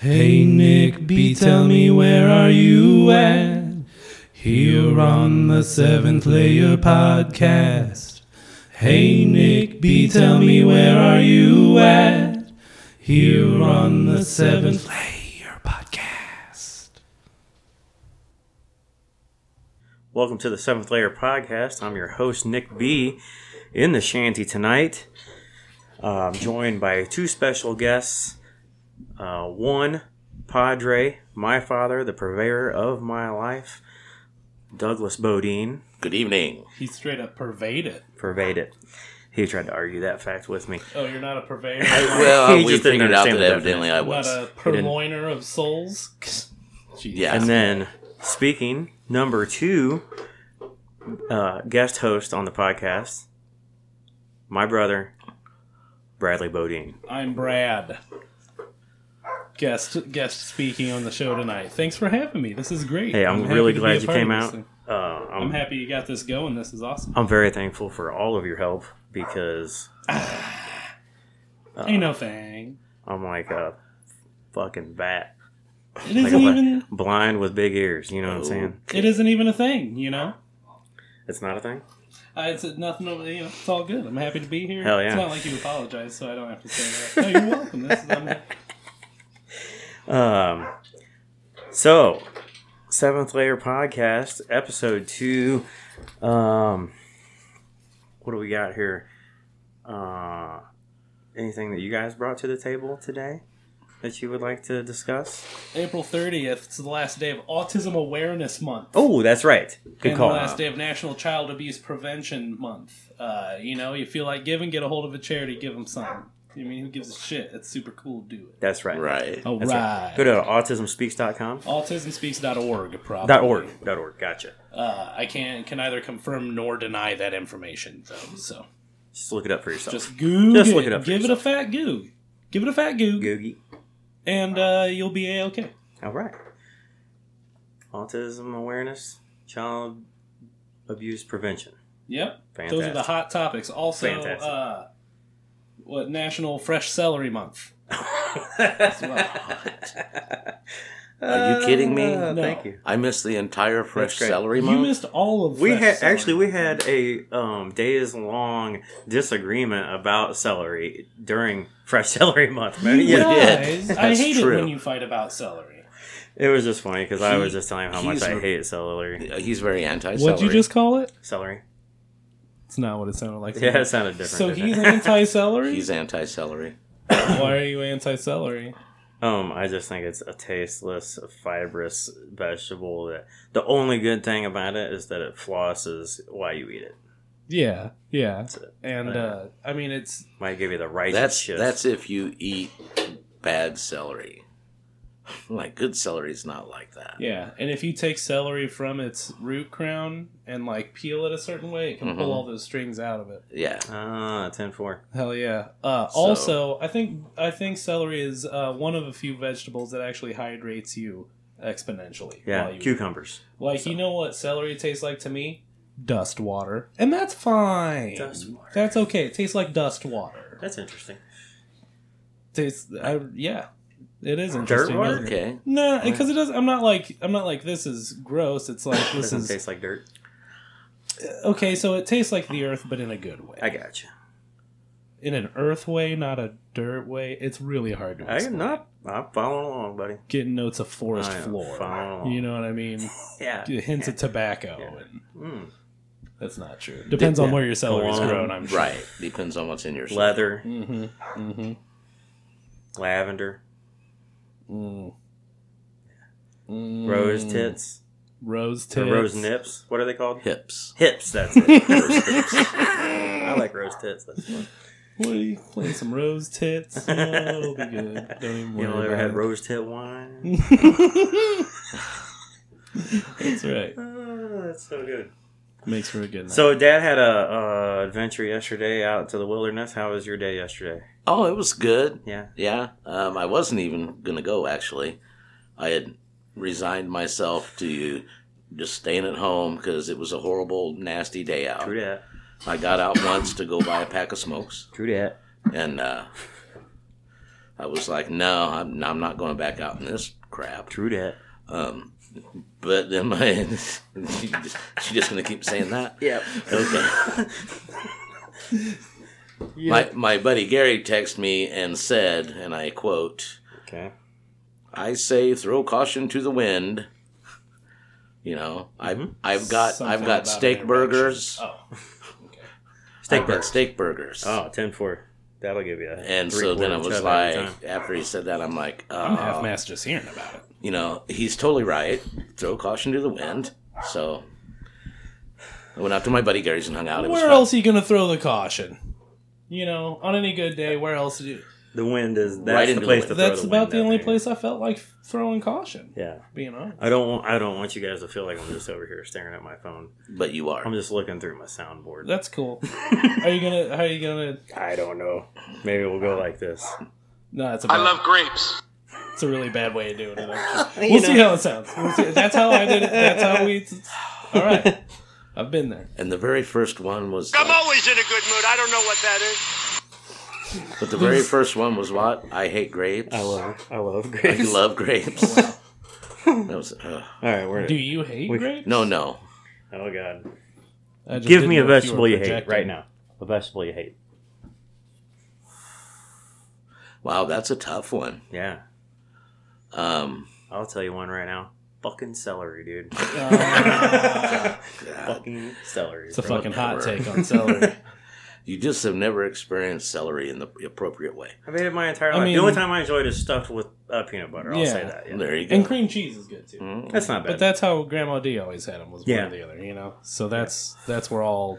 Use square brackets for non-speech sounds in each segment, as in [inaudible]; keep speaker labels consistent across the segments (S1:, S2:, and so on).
S1: Hey Nick B, tell me where are you at? Here on the Seventh Layer Podcast. Hey Nick B, tell me where are you at? Here on the Seventh Layer Podcast.
S2: Welcome to the Seventh Layer Podcast. I'm your host, Nick B, in the shanty tonight. Uh, I'm joined by two special guests. Uh, one, Padre, my father, the purveyor of my life, Douglas Bodine,
S3: Good evening.
S4: He straight up purveyed it.
S2: purveyed it. He tried to argue that fact with me.
S4: Oh, you're not a
S2: [laughs]
S4: purveyor.
S2: [laughs]
S3: Well,
S2: He
S3: we
S2: just didn't
S3: figured out
S2: understand
S3: that
S2: the
S3: evidently I
S4: Not
S3: was.
S4: a purloiner of souls. Jeez.
S3: Yeah.
S2: And then, speaking, number two, uh, guest host on the podcast, my brother, Bradley Bodine.
S4: I'm Brad. Guest guest speaking on the show tonight. Thanks for having me. This is great.
S2: Hey, I'm,
S4: happy
S2: really
S4: to be a
S2: glad you
S4: part
S2: came
S4: of this
S2: out.
S4: thing.
S2: Uh, I'm,
S4: I'm happy you got this going. This is awesome.
S2: I'm very thankful for all of your help because uh,
S4: Ain't no thing.
S2: I'm like a fucking bat,
S4: It
S2: like
S4: isn't
S2: a
S4: even. Oh.
S2: bl- blind with big ears. You know what I'm saying?
S4: It isn't even a thing. You know.
S2: It's not a thing.
S4: I it's nothing over you know, It's all good. I'm happy to be here.
S2: Hell yeah.
S4: It's not like you apologized, so I don't have to say that. No, you're welcome. This
S2: [laughs]
S4: is, I'm,
S2: Um, so seventh layer podcast episode two. Um, what do we got here? Uh, anything that you guys brought to the table today that you would like to discuss?
S4: April 30th. It's the last day of Autism Awareness Month.
S2: Oh, that's right. Good
S4: and
S2: call.
S4: the last day of National Child Abuse Prevention Month. Uh, you know, you feel like giving, get a hold of a charity, give them something. I mean, who gives a shit? That's super cool. Do it.
S2: That's right.
S3: right.
S4: All
S2: That's right. Go to autismspeaks.com.
S4: AutismSpeaks.org, probably.
S2: Dot org. Dot org. Gotcha.
S4: Uh, I can can neither confirm nor deny that information, though. So
S2: Just look it up for yourself.
S4: just goog.
S2: Just look it up for
S4: Give it a fat goog. Give it a fat goog,
S2: Googie.
S4: and uh, you'll be a okay.
S2: All right. Autism awareness, child abuse prevention. [laughs]
S4: Yep. Those are
S2: Fantastic.
S4: the hot topics. Also,
S2: Fantastic.
S4: uh, what National Fresh Celery Month?
S2: [laughs]
S3: Are you kidding me?
S2: Uh,
S4: No.
S2: Thank you.
S3: I missed the entire fresh
S2: That's great.
S3: celery
S4: You
S3: month.
S4: missed all of.
S2: We
S4: fresh
S2: had
S4: celery.
S2: actually we had a um, days long disagreement about celery during Fresh Celery Month. man. [laughs]
S4: You
S2: Yeah.
S4: guys,
S3: did.
S4: I
S3: That's
S4: hate
S3: true.
S4: it when you fight about celery.
S2: it was just funny because I
S3: He-
S2: was just telling him how much
S3: he's
S2: I
S3: re-
S2: hate celery.
S3: Uh, He's very anti celery.
S4: What'd you just call it?
S2: Celery.
S4: It's not what it sounded like.
S2: Yeah, it sounded different.
S4: So
S2: didn't
S4: he's
S2: it?
S4: anti celery?
S3: He's anti celery.
S4: Why are you anti celery?
S2: Um, I just think it's a tasteless, fibrous vegetable. That the only good thing about it is that it flosses while you eat it.
S4: Yeah, yeah.
S2: it.
S4: And
S2: Yeah.
S4: uh, I mean, it's
S2: Might give you the righteous
S3: That's
S2: shit.
S3: that's if you eat bad celery. [laughs] Like good celery's not like that.
S4: yeah. And if you take celery from its root crown and like peel it a certain way, it can
S3: Mhm.
S2: Mm-hmm.
S4: pull all those strings out of it.
S3: Yeah.
S2: ah ten four.
S4: Hell yeah. Uh,
S3: So-
S4: Also, I think I think celery is uh, one of a few vegetables that actually hydrates you exponentially.
S2: Yeah,
S4: while you eat.
S2: cucumbers.
S4: Like you know what celery tastes like to me? Dust water, and that's fine.
S2: Dust water.
S4: That's okay. It tastes like dust water.
S2: That's interesting.
S4: Tastes, I, yeah, it is
S2: Dirt
S4: interesting.
S2: water?
S4: isn't it?
S3: Okay.
S4: No, because it does. I'm not like I'm not like this is gross. It's like this
S2: Doesn't
S4: is
S2: taste like dirt.
S4: okay. So it tastes like the earth, but in a good way.
S2: I got you.
S4: in an earth way, not a dirt way. It's really hard to.
S2: I am
S4: explain.
S2: not. I'm following along, buddy.
S4: getting notes of forest
S2: I am following
S4: floor.
S2: along.
S4: You know what
S2: [laughs]
S4: I mean?
S2: Yeah.
S4: Hints of tobacco. And
S2: Mm.
S4: that's not true. Depends on where your celery's
S2: Go on.
S4: grown. I'm sure.
S3: Right. Depends on what's in your celery.
S2: Leather,
S4: Mm-hmm. Mm-hmm.
S2: lavender,
S4: Mm.
S2: rose
S4: Mm.
S2: tits,
S4: Rose tits.
S2: or rose nips. What are they called?
S3: Hips.
S2: Hips. That's it. rose hips. I like rose tits. That's fun.
S4: What are you playing some rose
S3: [laughs]
S4: tits? You know, it'll be good. Don't even
S2: You
S4: worry.
S2: know,
S4: about
S2: ever had
S4: it.
S2: rose tit wine?
S4: [laughs] That's right.
S2: Oh, that's so good.
S4: Makes for a good night.
S2: So, Dad had a uh, adventure yesterday out to the wilderness. How was your day yesterday?
S3: Oh, it was good.
S2: Yeah.
S3: Yeah, um, I wasn't even going to go, actually. I had resigned myself to just staying at home because it was a horrible, nasty day out.
S2: True that.
S3: I got out once to go buy a pack of smokes,
S2: True that.
S3: and uh, I was like, no, I'm, I'm not going back out in this crap.
S2: True that.
S3: Um, but then my [laughs] she just, she just gonna keep saying that.
S2: Yeah.
S3: Okay. My my buddy Gary texted me and said, and I quote,
S2: Okay.
S3: "I say throw caution to the wind." You know,
S2: Mm-hmm.
S3: I've I've got
S4: Something
S3: I've got
S4: about
S3: steak
S4: an
S3: burgers.
S4: Oh,
S2: Steak
S3: I've got
S2: burgers.
S3: steak burgers.
S2: Oh, 10 4. That'll give you a
S3: And so
S2: three-quarter
S3: then I was
S2: chub every
S3: like,
S2: time.
S3: after he said that, I'm like,
S4: I'm half
S3: oh,
S4: mast just hearing about it.
S3: you know, he's totally right. Throw caution to the wind. So I went out to my buddy Gary's and hung out. It was
S4: Where
S3: fun.
S4: else are you gonna throw the caution? You know, on any good day, where else do you?
S2: the wind is that's
S3: Right
S2: the
S3: into the
S2: place
S3: wind.
S2: to throw
S4: That's
S2: the
S4: about
S2: wind
S4: the
S2: out
S4: only
S2: there.
S4: place I felt like throwing caution.
S2: Yeah.
S4: Being honest.
S2: I don't want I don't want you guys to feel like I'm just over here staring at my phone.
S3: But you are.
S2: I'm just looking through my soundboard.
S3: [laughs]
S4: That's cool. are you gonna? How are you gonna?
S2: I don't know. Maybe we'll go like this.
S4: No, that's a
S5: I
S4: bad,
S5: love grapes.
S4: it's a really bad way of doing it. actually. We'll see how it sounds. We'll see. That's how I did it. That's how we. All right, I've been there.
S3: And the very first one was.
S5: I'm always in a good mood. I don't know what that is.
S3: But the very first one was what? I hate grapes.
S2: I love I love
S3: I
S2: grapes.
S3: love
S2: [laughs]
S3: grapes. that was, uh,
S2: All right, we're
S4: Do you hate
S2: We-
S4: grapes?
S3: no, no.
S2: Oh god.
S4: I just
S2: Give
S4: didn't
S2: me a
S4: know if
S2: vegetable
S4: were
S2: you, hate
S4: projecting.
S2: right now. A vegetable you hate.
S3: Wow, that's a tough one.
S2: Yeah.
S3: Um,
S2: I'll tell you one right now. Fucking celery,
S3: [laughs]
S2: dude.
S3: God,
S2: fucking celery.
S4: [laughs] It's a
S2: bro. [laughs]
S4: fucking hot
S3: Whatever.
S4: take on celery.
S3: you just have never experienced celery in the appropriate way.
S2: I've ate it my entire
S4: I
S2: life.
S4: mean-
S2: the only time I enjoyed is stuffed with uh, peanut butter. I'll
S4: Yeah.
S2: say that. Yeah.
S3: There you go.
S4: and cream cheese is good too.
S3: Mm.
S2: That's not bad.
S4: But that's how Grandma D always had them was
S2: Yeah.
S4: one or the other, you know. So that's that's where all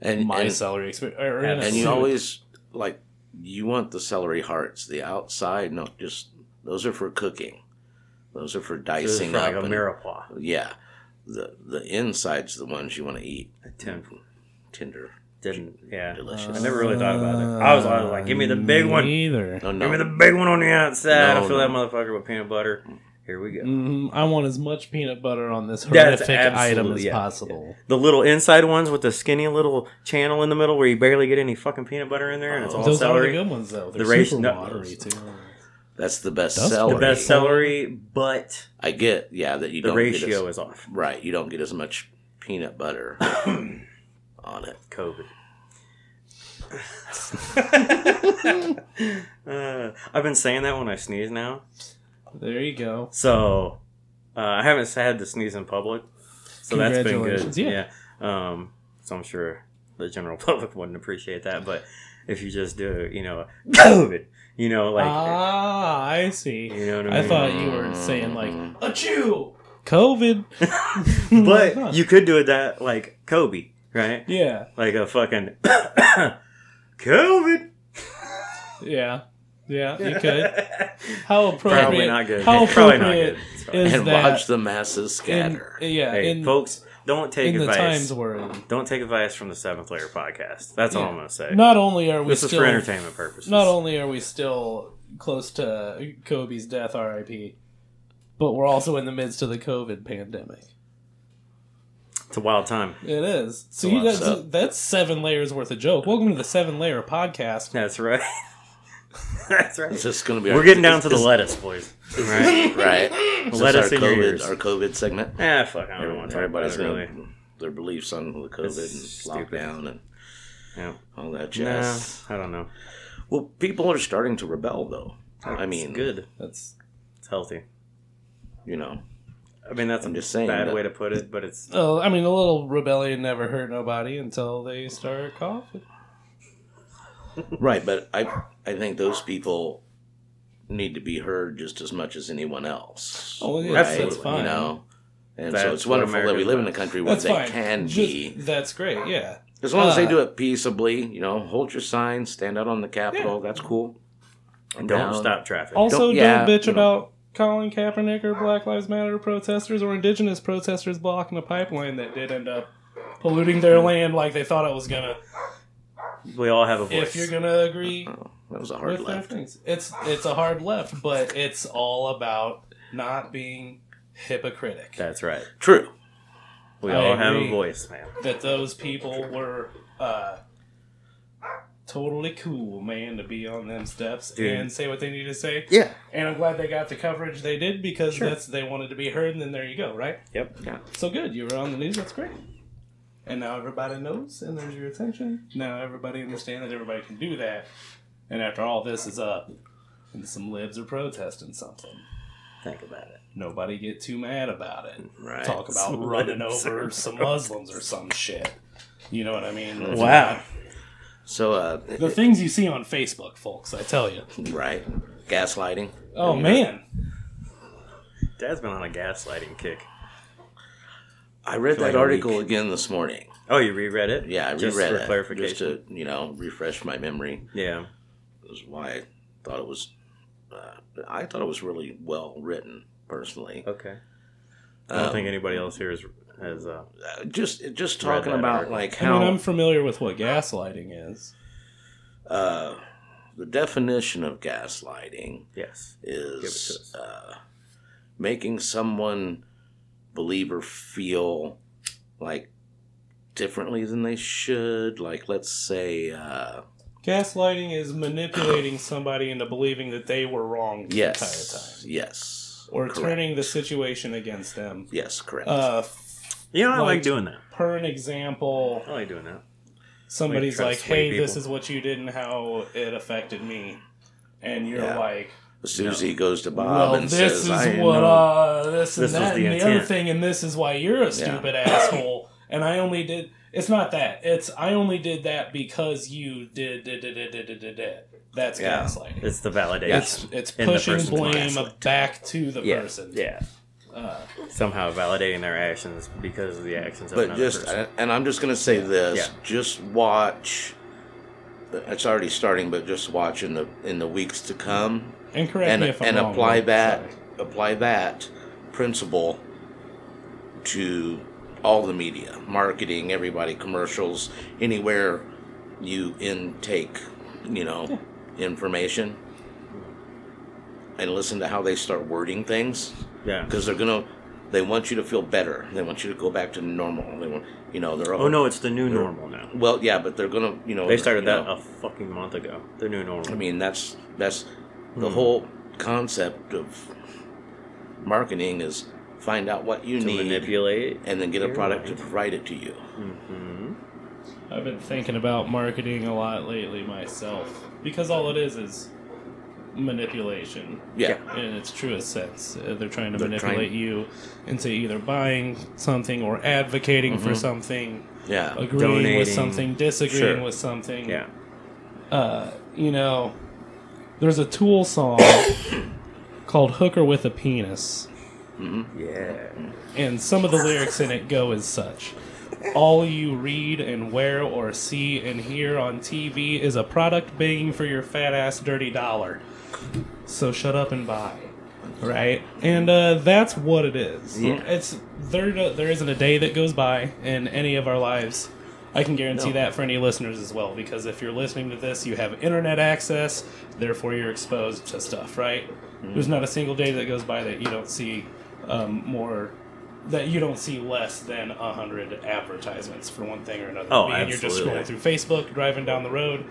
S3: And,
S4: my
S3: and,
S4: celery experience. Or, or in a
S3: and you
S4: soup.
S3: always, like, you want the celery hearts, the outside, no, just, those are for cooking. Those are for
S2: This is
S3: dicing
S2: for like
S3: up.
S2: a
S3: and-
S2: mirepoix.
S3: yeah. The, the inside's the ones you want to eat.
S2: A ten
S3: Tender,
S2: didn't. Yeah.
S4: Uh,
S3: delicious.
S2: I never really thought about it. I was always like, give me the big one.
S4: Either.
S3: no, no.
S2: Give me the big one on the outside.
S3: No,
S2: I fill that
S3: no.
S2: motherfucker with peanut butter. Here we go.
S4: Mm, I want as much peanut butter on this
S2: That's
S4: horrific item
S2: absolutely-
S4: as
S2: yeah,
S4: possible.
S2: The little inside ones with the skinny little channel in the middle where you barely get any fucking peanut butter in there, and it's all
S4: Those are the
S2: celery.
S4: good ones though. They're
S2: The race-
S4: super
S2: no-
S4: watery too.
S3: That's the best
S4: That's the
S3: celery.
S2: The best celery, but
S3: I get, yeah, that you
S2: the
S3: don't get
S2: ratio
S3: as,
S2: is off.
S3: right. You don't get as much peanut
S2: [coughs]
S3: butter on it.
S2: COVID. [laughs] uh, I've been saying that when I sneeze now.
S4: There you go.
S2: So uh, I haven't had to sneeze in public, so that's been good.
S4: Congratulations, yeah.
S2: Yeah. Um, so I'm sure the general [laughs] public wouldn't appreciate that, but if you just do, you know, COVID, you know, like
S4: ah, I see.
S2: you know what I
S4: I
S2: mean. Mm-hmm.
S4: thought you were saying like a chew COVID,
S2: but
S4: Huh.
S2: you could do it that like Kobe, right?
S4: yeah,
S2: Like a fucking [coughs] COVID.
S4: yeah,
S2: [laughs]
S4: yeah. You could. How appropriate?
S2: Probably not good.
S4: How
S2: Probably
S4: appropriate
S2: not good. It's fine. [laughs]
S4: is
S3: and
S4: that?
S3: watch the masses
S4: in,
S3: scatter.
S4: yeah,
S2: Hey,
S4: in,
S2: folks, don't take
S4: in the
S2: advice.
S4: times we're in.
S2: Don't take advice from the Seventh Layer podcast. That's all
S4: Yeah.
S2: I'm gonna say.
S4: Not only are we
S2: this is
S4: still
S2: for entertainment purposes.
S4: not only are we still close to Kobe's death, R.I.P., but we're also in the midst of the COVID pandemic.
S2: it's a wild time. [laughs]
S4: It is. So
S3: Well,
S4: you
S3: that's
S4: guys,
S3: up.
S4: that's seven layers worth of joke. Welcome to the seven layer podcast.
S2: That's right. [laughs] That's right.
S3: It's just going to be.
S2: We're
S3: our-
S2: getting down to the
S3: it's-
S2: lettuce, boys.
S3: [laughs]
S2: Right?
S3: right. Is
S2: Let
S3: this
S2: us
S3: our
S2: in your
S3: COVID,
S2: ears.
S3: our COVID segment.
S2: ah, fuck. I don't want to talk about
S3: Everybody's
S2: it really.
S3: gonna- their beliefs on the COVID
S2: It's
S3: and
S2: stupid.
S3: lockdown and
S2: Yeah.
S3: all that
S2: Nah,
S3: jazz.
S2: I don't know.
S3: Well, people are starting to rebel, though. I
S2: It's
S3: mean,
S2: good.
S4: That's
S2: It's healthy.
S3: You know,
S2: I mean, that's
S3: I'm
S2: a
S3: just saying
S2: bad
S3: that-
S2: way to put it, but it's
S4: oh, I mean, a little rebellion never hurt nobody until they start coughing.
S3: right? But I, I think those people need to be heard just as much as anyone else.
S4: Oh, well, yeah,
S3: right?
S4: that's- that's fine.
S3: You know, and so
S2: That's
S3: it's
S2: what
S3: wonderful that we
S2: America
S3: live in a country where
S4: That's
S3: they
S4: fine.
S3: can
S4: Just-
S3: be
S4: That's great. Yeah.
S3: As long as they
S4: Uh,
S3: do it peaceably, you know, hold your sign, stand out on the Capitol. That's cool.
S2: don't
S3: down.
S2: stop traffic.
S4: Also, don't,
S3: yeah,
S4: bitch
S3: you know.
S4: about Colin Kaepernick or Black Lives Matter protesters or indigenous protesters blocking a pipeline that did end up polluting their
S3: Hmm.
S4: land like they thought it was gonna.
S2: we all have a voice.
S4: If you're gonna agree
S3: Oh, That was a hard
S4: with their
S3: left.
S4: things, it's it's a hard left, but it's all about not being hypocritic.
S2: That's right.
S3: True.
S2: We
S4: I
S2: all have a
S4: agree.
S2: voice, man.
S4: That those people were uh, totally cool, man, to be on them steps
S2: Dude.
S4: and say what they need to say.
S2: Yeah.
S4: And I'm glad they got the coverage they did because
S2: Sure.
S4: that's they wanted to be heard. And then there you go, right?
S2: Yep. Yeah.
S4: So good, you were on the news. That's great. And now everybody knows, and there's your attention. Now everybody understands that everybody can do that. And after all this is up, and some libs are protesting something,
S2: Think about it.
S4: nobody get too mad about it.
S3: Right.
S4: Talk about
S2: Some
S4: running
S2: libs
S4: over
S2: are
S4: some Muslims or some shit. You know what I mean?
S2: Wow.
S3: So, uh, [laughs]
S4: The things you see on Facebook, folks, I tell you.
S3: right, gaslighting.
S4: Oh man,
S2: Dad's been on a gaslighting kick.
S3: I read
S2: Feel like
S3: that
S2: a
S3: article
S2: week.
S3: again this morning.
S2: Oh, you reread it?
S3: Yeah, I reread
S2: just for
S3: it
S2: clarification.
S3: just to you know refresh my memory.
S2: yeah.
S3: was why I thought it was. Uh, I thought it was really well written, personally. Um,
S2: Okay. I don't
S4: Um,
S2: think anybody else here is has. Uh,
S3: Uh, just just
S2: Read
S3: talking
S2: that
S3: about
S2: article.
S3: like
S4: I mean,
S3: how
S4: I'm familiar with what gaslighting is.
S3: uh, the definition of gaslighting
S2: yes. Give it
S3: is
S2: to
S3: uh, making someone believe or feel like differently than they should. Like, let's say, uh,
S4: Gaslighting is manipulating somebody into believing that they were wrong the entire time.
S3: yes, yes,
S4: or
S3: correct.
S4: turning the situation against them.
S3: Yes, correct.
S4: Uh,
S2: You know, I like
S4: Like-
S2: doing that.
S4: per an example,
S2: I like doing that.
S4: somebody's
S2: Like,
S4: like,
S2: trust white
S4: "Hey, this
S2: people.
S4: is what you did and how it affected me," and you're
S3: Yeah.
S4: like,
S3: as soon as he goes to Bob
S4: "Well,
S3: and
S4: this
S3: says,
S4: is
S3: "I am
S4: what
S3: no-
S4: uh, this and
S2: This was
S4: that
S2: the
S4: and the other
S2: intent."
S4: thing, and this is why you're a stupid asshole." And I only did. It's not that. It's I only did that because you did. did, did, did, did, did, did, did." That's
S3: Yeah.
S4: gaslighting.
S2: It's the validation.
S4: It's it's
S2: in the
S4: pushing
S2: person's
S4: blame
S2: gaslight.
S4: back to the
S2: yeah.
S4: person. Uh,
S2: Yeah. Somehow validating their actions because of the actions of
S3: But
S2: another
S3: just,
S2: person.
S3: and I'm just gonna say this:
S2: Yeah.
S3: just watch. It's already starting, but just watch in the in the weeks to come,
S4: And correct
S3: and
S4: me if I'm
S3: and
S4: wrong.
S3: apply
S4: Mike.
S3: that
S4: Sorry.
S3: apply that principle to all the media, marketing, everybody, commercials, anywhere you intake, you know, information, and listen to how they start wording things
S2: yeah.
S3: because they're gonna they want you to feel better they want you to go back to normal they want you know they're
S2: Oh no, it's the new normal now.
S3: well yeah but they're gonna you know
S2: They started
S3: you
S2: that
S3: know,
S2: a fucking month ago. The new normal.
S3: i mean that's that's the
S2: Hmm.
S3: whole concept of marketing is find out what you
S2: to
S3: need
S2: manipulate.
S3: and then get a
S2: your
S3: product to
S2: mind.
S3: provide it to you
S4: I've been thinking about marketing a lot lately myself because all it is is manipulation
S3: yeah,
S4: in its truest sense. Uh, They're trying to
S3: They're
S4: manipulate
S3: trying-
S4: you into either buying something or advocating for something,
S3: yeah
S4: agreeing with
S2: Mm-hmm. Donating.
S4: something, disagreeing
S2: Sure.
S4: with something.
S2: Yeah.
S4: Uh, you know, there's a Tool song [coughs] called Hooker with a Penis.
S2: Yeah.
S4: and some of the lyrics in it go as such. All you read and wear or see and hear on TV is a product begging for your fat ass dirty dollar. So shut up and buy. Right? And uh, that's what it is.
S2: Yeah.
S4: It's there there isn't a day that goes by in any of our lives. I can guarantee that for any listeners as well because if you're listening to this, you have internet access, therefore you're exposed to stuff, right?
S2: Mm-hmm.
S4: There's not a single day that goes by that you don't see um, more that you don't see less than 100 advertisements for one thing or another.
S2: Oh,
S4: Meaning You're just
S2: absolutely.
S4: scrolling through Facebook, driving down the road.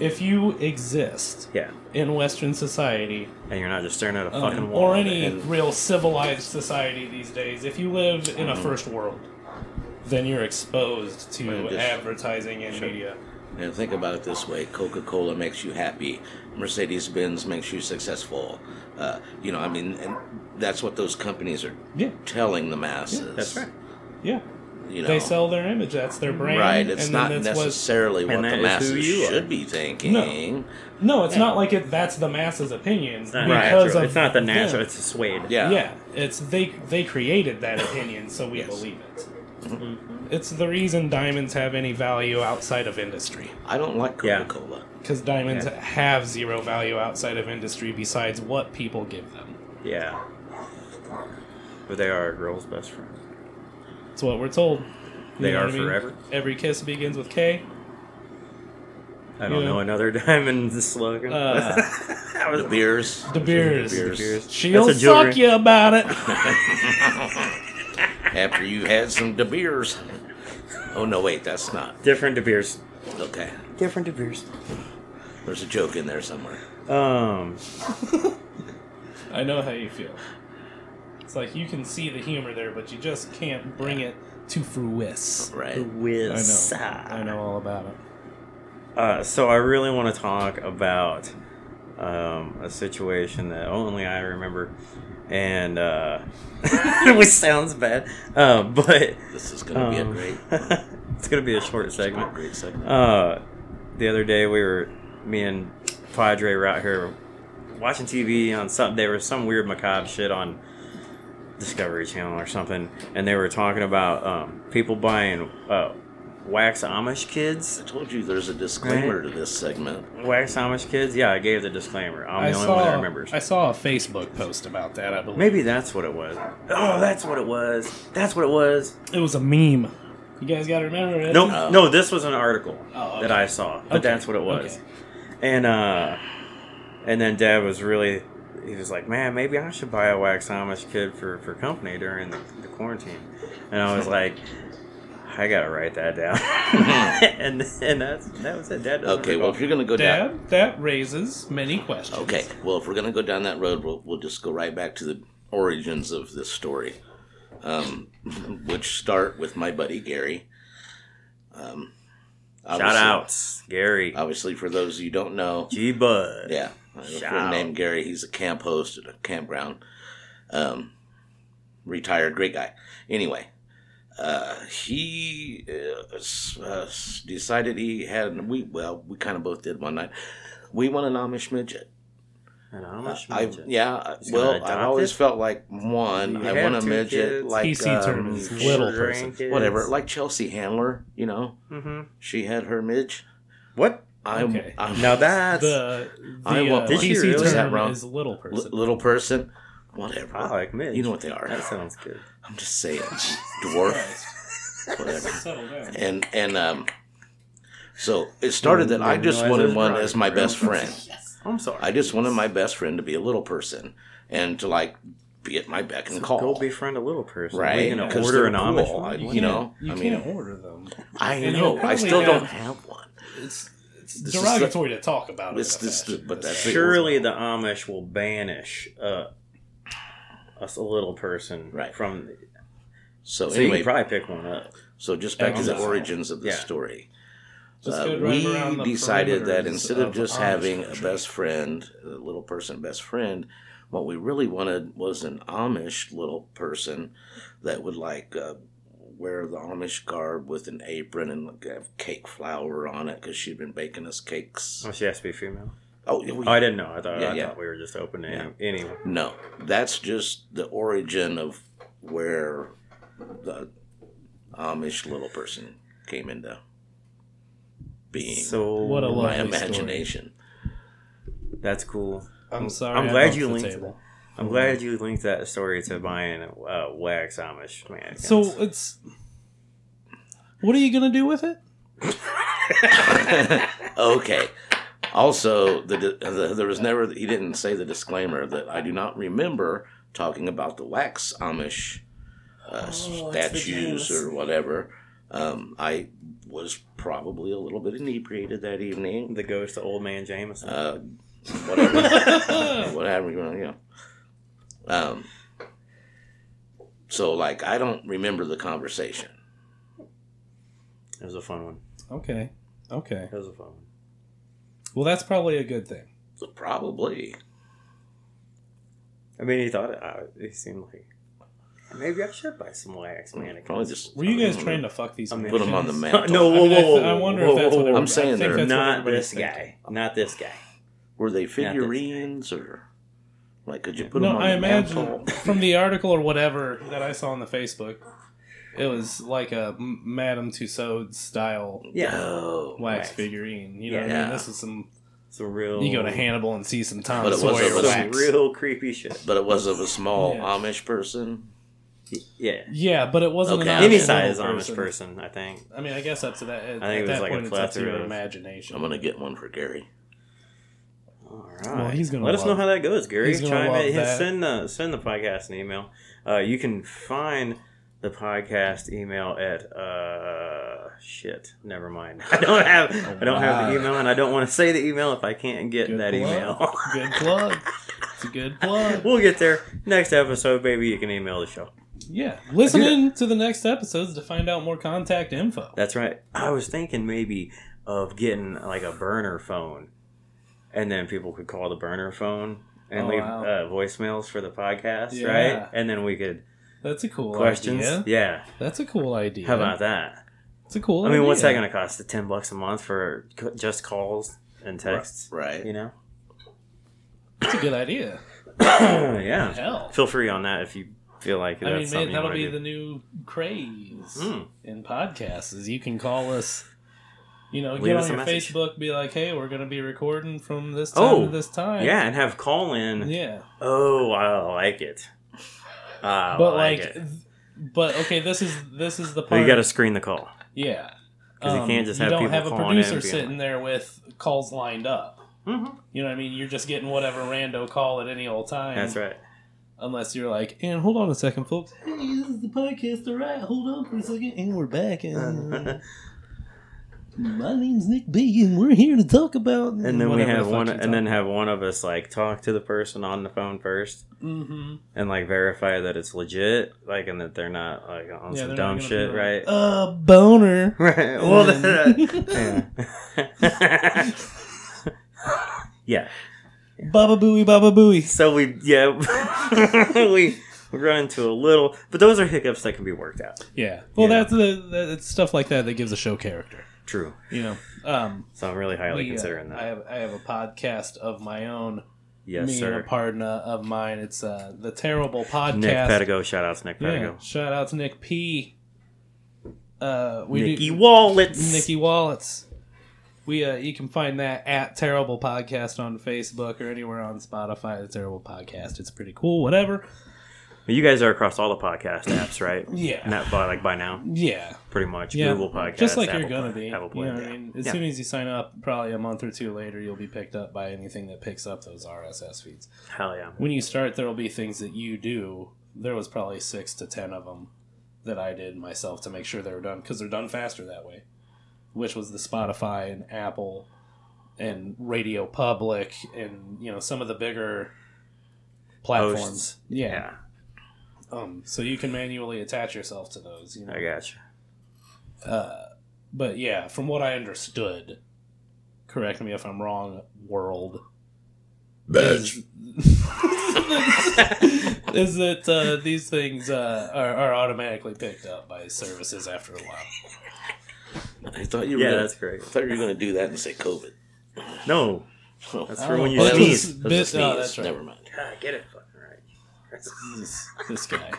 S4: If you exist
S2: Yeah.
S4: in Western society,
S2: And you're not just staring at a
S4: um,
S2: fucking wall.
S4: or any
S3: and-
S4: real civilized society these days, if you live in
S2: Mm-hmm.
S4: a first world, then you're exposed to
S3: Well, just-
S4: advertising and media.
S3: and think about it this way coca-cola makes you happy mercedes-benz makes you successful uh, you know i mean and that's what those companies are
S4: Yeah,
S3: telling the masses
S2: That's right.
S4: yeah.
S3: you know
S4: They sell their image. That's their brand.
S3: Right, it's
S4: and
S3: not
S4: then that's what-
S3: necessarily what
S2: And
S3: the
S2: that is who
S3: masses
S2: you
S3: should
S2: are.
S3: be thinking.
S4: no, it's not like it. That's the masses' opinion.
S2: It's not
S4: because
S2: natural.
S4: of
S2: It's not the natural.
S4: them.
S2: It's a suede.
S3: Yeah.
S4: Yeah, it's they they
S2: [laughs]
S4: created that opinion, so we believe it.
S2: Mm-hmm.
S4: It's the reason diamonds have any value outside of industry,
S3: I don't like
S2: Yeah.
S3: Coca Cola.
S4: because diamonds
S2: Yeah.
S4: have zero value outside of industry besides what people give them.
S2: Yeah. But they are a girl's best friend.
S4: It's what we're told.
S2: They are
S4: what
S2: forever.
S4: Every kiss begins with
S2: I
S4: K.
S2: don't
S4: Yeah.
S2: know another [laughs] diamond slogan. [laughs]
S4: Uh,
S2: that was
S3: The beers.
S4: De Beers.
S3: De Beers.
S4: She'll
S2: That's a jewelry.
S4: suck you about it.
S3: After you had some De Beers. Oh, no, wait, that's not.
S2: different De Beers.
S3: Okay.
S2: different degrees.
S3: There's a joke in there somewhere.
S2: Um,
S4: I know how you feel. It's like you can see the humor there, but you just can't bring it to fruition.
S3: Right.
S4: I
S2: whiz.
S4: know. I know all about it.
S2: Uh, so I really want to talk about um, a situation that only I remember, and uh, [laughs] which sounds bad, uh, but [laughs]
S3: This is going to be a
S2: um,
S3: great,
S2: it's gonna be a short [laughs] segment.
S3: great segment.
S2: Uh, the other day we were, me and Padre were out here watching TV on some. There was some weird macabre shit on Discovery Channel or something, and they were talking about um, people buying uh, wax Amish kids.
S3: I told you there's a disclaimer to this segment.
S2: Wax Amish kids? Yeah, I gave the disclaimer. I'm
S4: I
S2: the only
S4: saw,
S2: one that remembers.
S4: I saw a Facebook post about that. I believe
S2: Maybe that's what it was. Oh, that's what it was. That's what it was.
S4: it was a meme. You guys got to remember it.
S2: No,
S3: [laughs] Oh.
S2: no, this was an article
S4: Oh, okay.
S2: that I saw, but
S4: Okay.
S2: that's what it was.
S4: Okay.
S2: And uh, and then Dad was really, he was like, "Man, maybe I should buy a wax Amish kid for for company during the, the quarantine." And I
S3: [laughs]
S2: was like, "I gotta write that down." [laughs] and and that's that was it. Dad. doesn't
S3: Mm-hmm. Okay, well, if
S2: recall.
S3: you're going to go down.
S4: Dad, that raises many questions.
S3: Okay, well, if we're going to go down that road, we'll, we'll just go right back to the origins of this story, um, [laughs] which start with my buddy Gary. Um,
S2: shout
S3: obviously-
S2: outs, Gary
S3: Obviously, for those you don't know,
S2: G Bud.
S3: yeah, I have a
S2: Shout
S3: friend
S2: out.
S3: named Gary. He's a camp host at a campground. Um, retired, great guy. Anyway, uh, he uh, s- uh, s- decided he had we well, we kind of both did one night. We won an Amish midget.
S2: An Amish
S3: I
S2: midget.
S3: yeah. I-
S2: He's
S3: Well,
S2: gonna
S3: I
S2: adopt
S3: always
S2: it?
S3: felt like one.
S2: You
S3: I
S2: have
S3: want a
S2: two
S3: midget,
S2: kids.
S3: like
S4: PC
S3: um,
S4: term is little
S2: children,
S4: person.
S2: kids.
S3: whatever, like Chelsea Handler. You know,
S2: Mhm.
S3: she had her midge.
S2: What?
S3: I
S4: Okay.
S3: I'm
S2: Now that's
S4: The, the
S3: I want
S4: uh,
S2: one. Did she
S4: PC
S2: really? Is
S3: that
S4: term
S3: wrong?
S4: is little
S3: li-
S4: person. [laughs]
S3: little person. Whatever.
S2: I like Midge.
S3: You know what they are.
S2: That sounds good.
S3: I'm just saying, dwarf, [laughs] whatever.
S4: Settle down.
S3: And and um, so it started that I just
S2: Realize
S3: wanted
S2: there's
S3: one
S2: product,
S3: as my
S2: bro.
S3: best friend.
S2: I'm sorry.
S3: I just wanted my best friend to be a little person and to like be at my beck and call.
S2: Go befriend a little person.
S3: Right,
S2: Right. You can
S3: 'cause
S2: order
S3: they're
S2: an
S3: cool.
S2: Amish
S3: I-
S2: one.
S3: you
S2: Yeah.
S3: know,
S4: You
S3: I mean-
S4: can't order them.
S3: I
S4: And
S3: know.
S4: you'll
S3: I still
S4: probably
S3: don't
S4: have-
S3: have one.
S4: It's, it's
S3: This is the-
S4: derogatory to talk about it.
S3: This
S4: in a
S3: this
S4: fashion.
S3: but that's
S2: Surely the Amish will banish uh, us a little person
S3: Right.
S2: from.
S3: So
S2: So you
S3: anyway,
S2: can probably pick one up.
S3: so just back to the
S4: Excellent.
S3: origins of the
S2: Yeah.
S3: story.
S4: Just
S3: Uh,
S4: go drive around
S3: we
S4: the
S3: decided that
S4: perimeters
S3: instead of just
S4: Amish
S3: having a
S4: country.
S3: best friend, a little person best friend, what we really wanted was an Amish little person that would like uh, wear the Amish garb with an apron and like, have cake flour on it because she'd been baking us cakes.
S2: Oh, she has to be female.
S3: Oh, yeah, we,
S2: Oh, I didn't know. I thought
S3: Yeah,
S2: I
S3: yeah.
S2: thought we were just open to
S3: Yeah.
S2: any anyone.
S3: No, that's just the origin of where the Amish little person came into being.
S2: So
S4: What a
S3: my
S4: lovely story.
S3: imagination.
S2: that's cool.
S4: I'm sorry.
S2: I'm glad
S4: knocked
S2: you
S4: the
S2: linked.
S4: table.
S2: I'm glad you linked that story to buying uh, wax Amish man.
S4: So uh, it's. What are you gonna do with it?
S3: [laughs] Okay. Also, the, the there was never he didn't say the disclaimer that I do not remember talking about the wax Amish uh,
S4: Oh,
S3: statues or whatever. Um, I was probably a little bit inebriated that evening.
S2: the ghost of old man Jameson.
S3: uh,
S4: [laughs]
S3: whatever, whatever you want, you know. Um, so like, I don't remember the conversation.
S2: it was a fun one.
S4: Okay. Okay.
S2: It was a fun one.
S4: Well, that's probably a good thing.
S3: So probably,
S2: I mean, he thought it. Uh, he seemed like maybe I should buy some wax mannequins.
S3: probably just
S4: Were you guys trying to fuck these?
S2: I mean,
S3: put them on the
S4: mannequins?
S3: mantle.
S2: [laughs] no,
S4: I,
S2: whoa,
S4: mean, I,
S2: whoa,
S4: th- I wonder
S2: whoa,
S4: if that's
S2: whoa,
S4: what
S2: whoa.
S4: everybody-
S3: I'm saying
S4: I think
S3: they're
S4: that's what
S2: not
S4: everybody's
S2: this
S4: thinking.
S2: guy. Not this guy.
S3: were they
S2: guy.
S3: figurines or like could you put them
S4: No,
S3: on
S4: I
S3: the
S4: imagine
S3: mantle? [laughs]
S4: from the article or whatever that I saw on the Facebook, it was like a M- Madame Tussauds style
S2: Yeah.
S3: Oh,
S4: wax
S2: Wax.
S4: figurine. You know what I
S3: Yeah.
S4: mean? This is some.
S2: It's a real.
S4: You go to Hannibal and see some Tom
S3: But it was
S4: Sawyer
S3: a-
S2: Some
S4: wax.
S2: real creepy shit.
S3: but it was of a small
S4: Yeah.
S3: Amish person.
S2: Yeah.
S4: Yeah, but it wasn't
S3: Okay.
S4: an
S2: Any
S4: Amish
S2: size
S4: little
S2: Amish person, I think.
S4: I mean, I guess up to that. At,
S2: I think it
S4: at
S2: was
S4: that
S2: like a
S4: point, it's up to
S2: plethora
S4: your
S2: of-
S4: imagination.
S3: I'm gonna get one for Gary.
S2: All right.
S4: Well, he's gonna
S2: Let us know
S4: love-
S2: how that goes, Gary.
S4: he's gonna
S2: Chime
S4: love
S2: in.
S4: that.
S2: Send the send the podcast an email. Uh, you can Uh, find the podcast email at uh shit. Never mind. [laughs] I don't have I don't have the email, and I don't want to say the email if I can't get that
S4: plug.
S2: email.
S4: Good plug. It's
S2: [laughs]
S4: a good plug.
S2: we'll get there next episode, baby. You can email the show.
S4: Yeah. Listen in to the next episodes to find out more contact info.
S2: That's right. I was thinking maybe of getting like a burner phone, and then people could call the burner phone and
S4: Oh,
S2: leave
S4: wow.
S2: uh, voicemails for the podcast,
S4: Yeah.
S2: right? And then we could
S4: That's a cool
S2: questions.
S4: idea.
S2: Yeah.
S4: That's a cool idea.
S2: How about that?
S4: It's a cool
S2: I mean, what's that
S4: idea.
S2: going to cost? The ten bucks a month for c- just calls and texts,
S3: Right.
S2: You know? [coughs]
S4: It's a good idea.
S2: yeah.
S4: Hell.
S2: Feel free on that if you feel like that's
S4: I mean,
S2: something
S4: man,
S2: you
S4: that'll
S2: wanna
S4: be
S2: do.
S4: the new craze
S2: Hmm.
S4: in podcasts. Is you can call us, you know,
S2: Leave
S4: get
S2: us
S4: on
S2: a
S4: your
S2: message.
S4: Facebook, be like, "Hey, we're going to be recording from this time
S2: Oh,
S4: to this time."
S2: Yeah, and have call in.
S4: yeah.
S2: Oh, I like it. Ah, I
S4: But
S2: like,
S4: like,
S2: it.
S4: th- but okay, this is this is the
S2: But
S4: part.
S2: you got to screen the call.
S4: yeah, Um,
S2: 'Cause you can't just have
S4: don't
S2: people
S4: have a
S2: calling in and
S4: producer
S2: being
S4: sitting there with calls lined up.
S2: Mhm.
S4: You know what I mean? You're just getting whatever rando call at any old time.
S2: That's right.
S4: Unless you're like, and hold on a second, folks. Hey, this is the podcast, all right? Hold on for a second, and we're back. And
S2: [laughs]
S4: uh, my name's Nick B, and we're here to talk about.
S2: and then we
S4: whatever the
S2: have
S4: fuck
S2: one,
S4: you
S2: and then have one of us like talk to the person on the phone first,
S4: Mhm.
S2: and like verify that it's legit, like, and that they're not like on some
S4: Yeah, they're not
S2: dumb
S4: gonna
S2: shit,
S4: be
S2: right?
S4: like, Uh, boner.
S2: Right. Well,
S4: And
S2: that, yeah. yeah. [laughs]
S4: Baba booey, baba booey.
S2: So we, yeah, [laughs] we we run into a little, but those are hiccups that can be worked out.
S4: Yeah. Well,
S2: Yeah.
S4: that's the that, it's stuff like that that gives a show character.
S2: True.
S4: You know. Um.
S2: So I'm really highly
S4: we, uh,
S2: considering that.
S4: I have I have a podcast of my own.
S2: yes,
S4: me and a
S2: sir.
S4: partner of mine. It's uh the terrible podcast.
S2: Nick Pedigo, shout outs Nick
S4: Yeah.
S2: Pedigo.
S4: Shout out to Nick P. Uh, we
S2: Nicky
S4: do,
S2: Wallets.
S4: Nikki Wallets. We uh, you can find that at Terrible Podcast on Facebook or anywhere on Spotify. The Terrible Podcast. It's pretty cool. Whatever.
S2: You guys are across all the podcast apps, right?
S4: Yeah.
S2: Not by like by now,
S4: Yeah,
S2: pretty much.
S4: yeah.
S2: Google Podcasts,
S4: just like
S2: Apple
S4: you're gonna
S2: Pod-
S4: be.
S2: Apple
S4: you
S2: Play.
S4: know what
S2: yeah.
S4: I mean? As
S2: Yeah.
S4: soon as you sign up, probably a month or two later, you'll be picked up by anything that picks up those RSS feeds.
S2: Hell yeah.
S4: when you start there'll be things that you do there was probably six to ten of them that i did myself to make sure they were done because they're done faster that way which was the spotify and apple and radio public and you know some of the bigger platforms
S2: Hosts.
S4: yeah,
S2: Yeah,
S4: um so you can manually attach yourself to those you know
S2: I got you.
S4: uh, but yeah, from what I understood, correct me if I'm wrong, world. Is, [laughs] is that uh, these things uh, are, are automatically picked up by services after a while?
S3: I thought you were
S2: Yeah,
S3: gonna,
S2: that's great.
S3: I thought you were going to do that and say COVID.
S2: No,
S3: [laughs] Oh,
S2: that's for when you
S3: that was a-
S2: sneeze.
S3: that was a
S4: Bit-
S3: sneeze.
S4: oh, that's right.
S3: Never mind.
S2: God, get it fucking right.
S4: This, this guy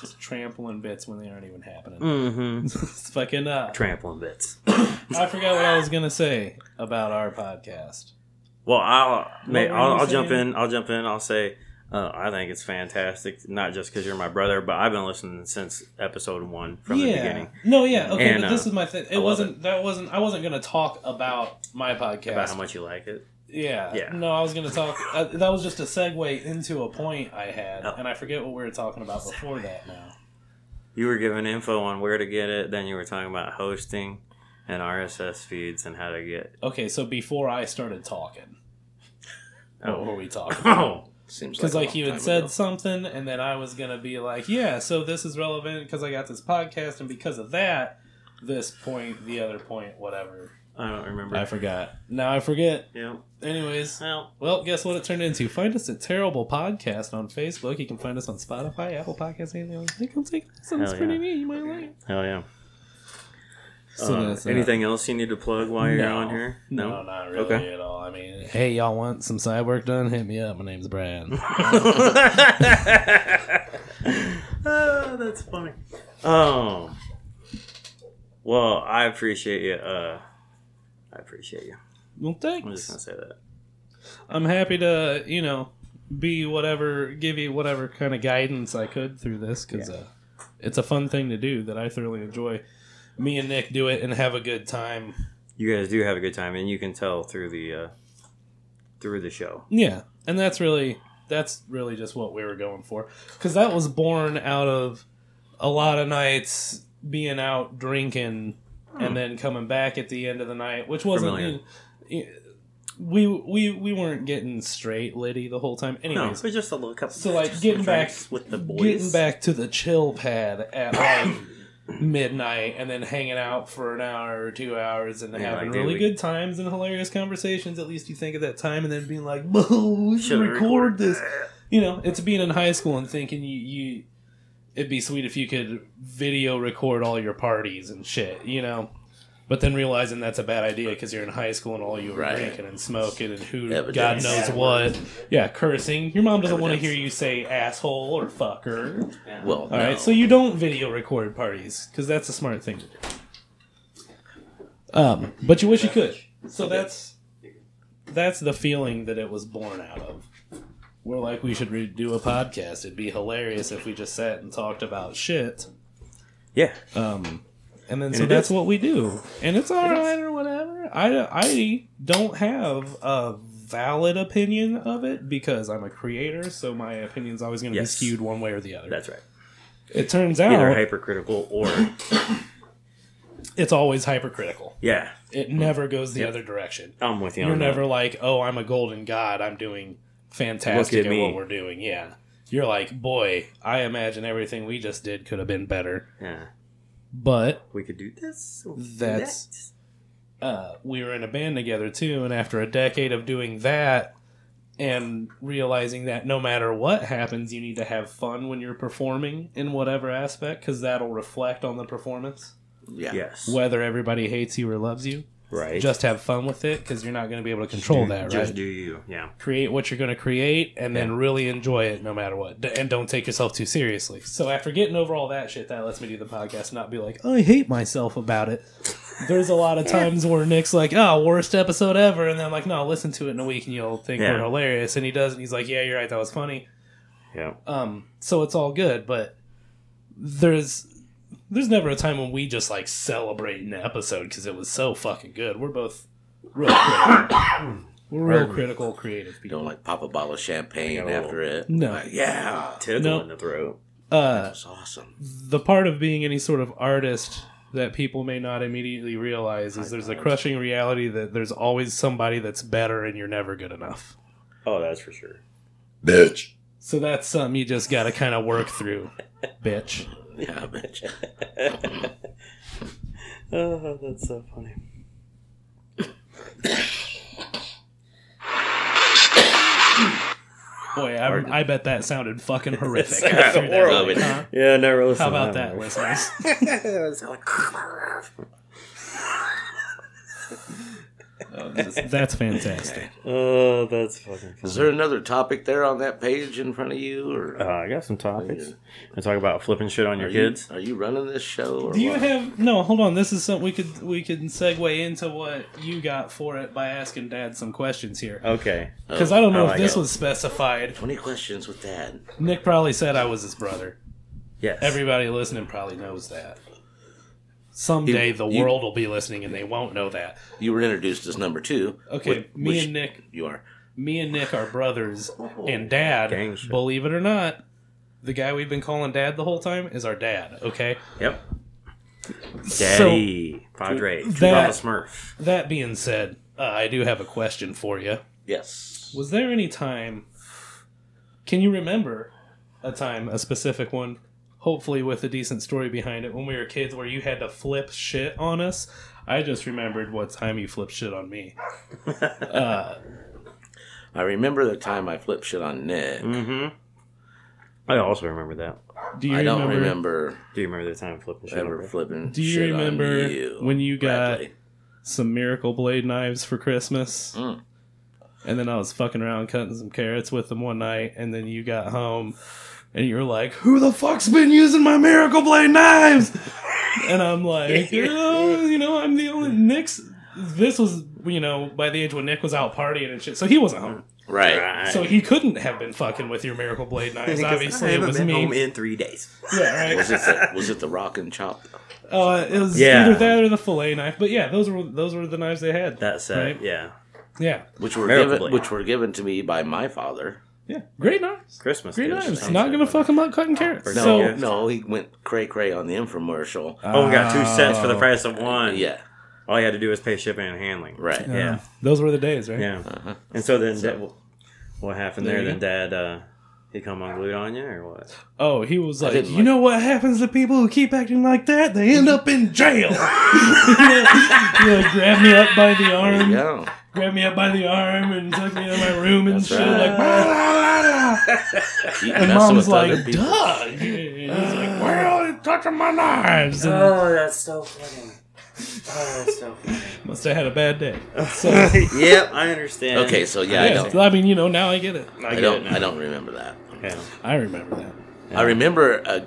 S4: just trampling bits when they aren't even happening.
S2: Mm-hmm.
S4: It's fucking. Uh,
S2: Trampling bits.
S4: I forgot what I was gonna say about our podcast.
S2: Well, I'll may,
S4: were
S2: I'll,
S4: you
S2: I'll jump
S4: saying?
S2: in. I'll jump in. I'll say uh, I think it's fantastic. Not just because you're my brother, but I've been listening since episode one from the beginning.
S4: No, yeah, okay,
S2: And,
S4: but
S2: uh,
S4: this is my thing. It
S2: love
S4: wasn't that wasn't I wasn't gonna talk about my podcast.
S2: About how much you like it.
S4: Yeah.
S2: Yeah.
S4: No, I was gonna talk. Uh, that was just a segue into a point I had,
S2: Oh.
S4: and I forget what we were talking about before that. Now.
S2: You were giving info on where to get it. Then you were talking about hosting and RSS feeds and how to get.
S4: Okay, so before I started talking, what were
S2: Oh,
S4: we talking?
S2: [laughs]
S4: about?
S2: oh,
S3: Seems
S4: Because
S3: a
S4: like
S3: long
S4: you
S3: time
S4: had said
S3: ago.
S4: something, and then I was gonna be like, "Yeah, so this is relevant because I got this podcast, and because of that, this point, the other point, whatever."
S2: I don't remember.
S4: I forgot. Now I forget.
S2: yeah.
S4: Anyways,
S2: Well,
S4: Well, guess what it turned into? Find us at Terrible Podcast on Facebook. You can find us on Spotify, Apple Podcasts, anything like that. Come take a listen. It's
S2: Hell
S4: pretty
S2: yeah.
S4: neat. You might like it.
S2: hell yeah.
S4: So
S2: Uh,
S4: that's that.
S2: anything else you need to plug while you're
S4: No.
S2: on here?
S4: No, not really
S2: Okay.
S4: at all. I mean, hey, y'all want some side work done? Hit me up. My name's [laughs] Brad.
S2: [laughs] oh, that's funny. Um, well, I appreciate you. Uh, I appreciate you.
S4: well,
S2: I'm just
S4: thanks.
S2: gonna say that.
S4: I'm happy to, you know, be whatever, give you whatever kind of guidance I could through this because uh, it's a fun thing to do that I thoroughly enjoy. Me and Nick do it and have a good time.
S2: You guys do have a good time, and you can tell through the uh, through the show.
S4: Yeah, and that's really that's really just what we were going for because that was born out of a lot of nights being out drinking and then coming back at the end of the night, which wasn't. e,
S2: Familiar.
S4: we we we weren't getting straight litty the whole time.
S2: No,
S4: Anyways,
S2: it's just a little couple.
S4: so like
S2: just
S4: getting back
S2: drinks with the boys.
S4: getting back to the chill pad at like [coughs] midnight and then hanging out for an hour or two hours and
S2: Yeah,
S4: having
S2: like, dude,
S4: really
S2: we-
S4: good times and hilarious conversations at least you think at that time and then being like [laughs] whoa we should
S2: Should've
S4: record
S2: recorded
S4: this you know it's being in high school and thinking you, you it'd be sweet if you could video record all your parties and shit you know but then realizing that's a bad idea because you're in high school and all you were
S3: Right.
S4: drinking and smoking and who God
S3: Evidence.
S4: knows what. Yeah, cursing. Your mom doesn't want to
S3: Evidence.
S4: hear you say asshole or fucker.
S3: Well,
S4: All right, so you don't video record parties because that's a smart thing to do. Um, but you wish you could. So that's that's the feeling that it was born out of. We're like we should redo a podcast. It'd be hilarious if we just sat and talked about shit.
S2: yeah,
S4: Um, and then so
S2: it
S4: that's
S2: is.
S4: what we do, and it's all right or whatever. I I don't have a valid opinion of it because I'm a creator, so my opinion's always going to
S2: Yes.
S4: be skewed one way or the other.
S2: that's right.
S4: it turns
S2: Either
S4: out
S2: hypercritical
S4: [laughs]
S2: or
S4: it's always hypercritical.
S2: yeah,
S4: It never goes the other direction.
S2: I'm with you.
S4: You're
S2: on that.
S4: never like, oh, I'm a golden god. I'm doing fantastic
S2: Look at
S4: at,
S2: me."
S4: what we're doing. Yeah, you're like, boy, I imagine everything we just did could have been better,
S2: Yeah,
S4: but
S2: we could do this. we could do
S4: That's- uh, we were in a band together too, and after a decade of doing that and realizing that no matter what happens, you need to have fun when you're performing in whatever aspect because that'll reflect on the performance.
S3: yeah.
S2: that. yes,
S4: Whether everybody hates you or loves you,
S2: right.
S4: just have fun with it because you're not going to be able to control that, right?
S2: Just do you. Yeah,
S4: create what you're going to create and then really enjoy it no matter what D- and don't take yourself too seriously so after getting over all that shit that lets me do the podcast and not be like i hate myself about it there's a lot of times where nick's like oh worst episode ever and then i'm like no listen to it in a week and you'll think
S2: Yeah.
S4: we're hilarious and he does and he's like yeah you're right that was funny
S2: yeah.
S4: um so it's all good but there's there's never a time when we just like celebrate an episode because it was so fucking good we're both real critical. we're real critical creative
S3: You
S4: people
S3: don't like pop a bottle of champagne
S2: I got a
S3: after it.
S4: No.
S3: Like, yeah.
S2: Tickle
S4: No.
S2: in the throat.
S4: uh,
S3: That's awesome.
S4: the part of being any sort of artist that people may not immediately realize is there's a crushing reality that there's always somebody that's better and you're never good enough.
S2: Oh, that's for sure.
S3: Bitch.
S4: So that's something you just got to kind of
S3: [laughs]
S4: work through, bitch.
S3: Yeah,
S4: [laughs]
S3: bitch.
S2: Oh, that's so funny.
S4: Boy, I, I bet that
S3: [laughs]
S4: sounded fucking horrific.
S2: That's
S4: Through that
S2: horrible.
S4: mic, huh?
S2: Yeah, I never
S4: [laughs] How
S2: listened.
S4: about
S2: to
S4: that, listeners?
S3: [laughs]
S2: [laughs]
S4: That's fantastic.
S2: Oh, that's fucking. Funny.
S3: Is there another topic there on that page in front of you, or
S2: Uh, I got some topics. I talk about flipping shit on your
S3: are you,
S2: kids.
S3: are you running this show? Or
S4: Do you
S3: what?
S4: have no? Hold on. This is something we could we could segue into what you got for it by asking Dad some questions here.
S2: Okay.
S3: Uh,
S4: Because I don't know
S2: I
S4: if
S2: like
S4: this
S2: it.
S4: was specified.
S3: twenty questions with Dad?
S4: Nick probably said I was his brother.
S2: Yes.
S4: Everybody listening probably knows that. Someday
S3: You-
S4: the
S3: you-
S4: world will be listening and they won't know that.
S3: You were introduced as number two.
S4: Okay,
S3: Which-
S4: me
S3: which
S4: and Nick,
S3: You are.
S4: me and Nick are brothers, and Dad,
S2: Gang shit.
S4: believe it or not, the guy we've been calling Dad the whole time is our dad. Okay,
S2: Yep. Daddy Padre Papa
S4: that-
S2: Smurf.
S4: that being said, uh, I do have a question for you.
S3: Yes.
S4: Was there any time? Can you remember a time, a specific one, hopefully with a decent story behind it, when we were kids, where you had to flip shit on us? I just remembered what time you flipped shit on me.
S3: I remember the time I flipped shit on Nick.
S2: Mm-hmm. I also remember that.
S4: Do you
S3: I don't
S4: remember?
S3: remember
S2: Do you remember the time flipping shit?
S3: ever
S2: over?
S3: flipping.
S4: Do you
S3: shit on
S4: remember
S3: you,
S4: when you got
S3: Bradley.
S4: some Miracle Blade knives for Christmas?
S3: Mm.
S4: And then I was fucking around cutting some carrots with them one night, and then you got home, and you're like, "Who the fuck's been using my Miracle Blade knives?" [laughs] and
S2: [laughs]
S4: I'm like, "Oh, "You know, I'm the only Nick's." This was, you know, by the age when Nick was out partying and shit, so he wasn't home,
S3: right?
S2: Right.
S4: so he couldn't have been fucking with your Miracle Blade knives.
S2: Because [laughs] I
S4: Obviously, it
S2: haven't
S4: was
S2: been
S4: me.
S2: home in three days.
S4: Yeah,
S2: [laughs]
S4: right.
S3: Was it
S4: [laughs]
S3: the, was it the rock and chop?
S4: Uh, it was
S2: Yeah.
S4: either that or the fillet knife, but yeah, those were those were the knives they had.
S2: That's it.
S4: Right.
S2: Yeah.
S4: yeah.
S3: Which were
S2: Miracle
S3: given
S2: Blade.
S3: which were given to me by my father.
S4: Yeah, great knives.
S2: Christmas.
S4: Great
S2: gifts or
S4: knives.
S2: something.
S4: Not gonna fuck him up cutting carrots.
S2: Birthday
S4: so Uh,
S3: No,
S2: gifts.
S3: no, he went cray cray on the infomercial.
S2: Oh, we got two sets for the
S1: Oh.
S2: price of one.
S3: yeah,
S2: All you had to do was pay shipping and handling.
S3: right.
S2: Yeah. Yeah.
S4: those were the days,
S2: [laughs]
S4: right?
S3: Uh-huh.
S2: And so then, Dad, what happened there?
S4: There you
S2: Then Dad, uh, he come unglued on you or
S4: [laughs]
S2: what?
S4: Oh, he was like,
S3: didn't
S4: you
S3: like-
S4: know what happens to people who keep acting like that? They end up
S3: [laughs]
S4: in jail. you know, grab me up by the
S3: There
S4: arm,
S3: you go.
S4: grab me up by the arm, and took me to my room and
S3: That's
S4: shit.
S3: right.
S4: Like, "Blah, blah, blah, blah."
S3: Keep
S4: and
S3: messing
S4: mom's
S3: with other
S4: like,
S3: people. Uh.
S4: Doug. And He's like, where are you touching my knives? And
S2: Oh, that's so funny. Oh, that's so funny.
S4: [laughs] must have had a
S3: [laughs]
S4: bad day. So,
S2: yep, I understand.
S3: Okay, so yeah, I
S4: yeah,
S3: don't,
S4: so, I mean, you know, now I get it.
S2: I,
S3: I
S2: get
S3: don't,
S2: it now.
S3: I don't remember that.
S2: Yeah.
S4: I remember that.
S3: I remember uh,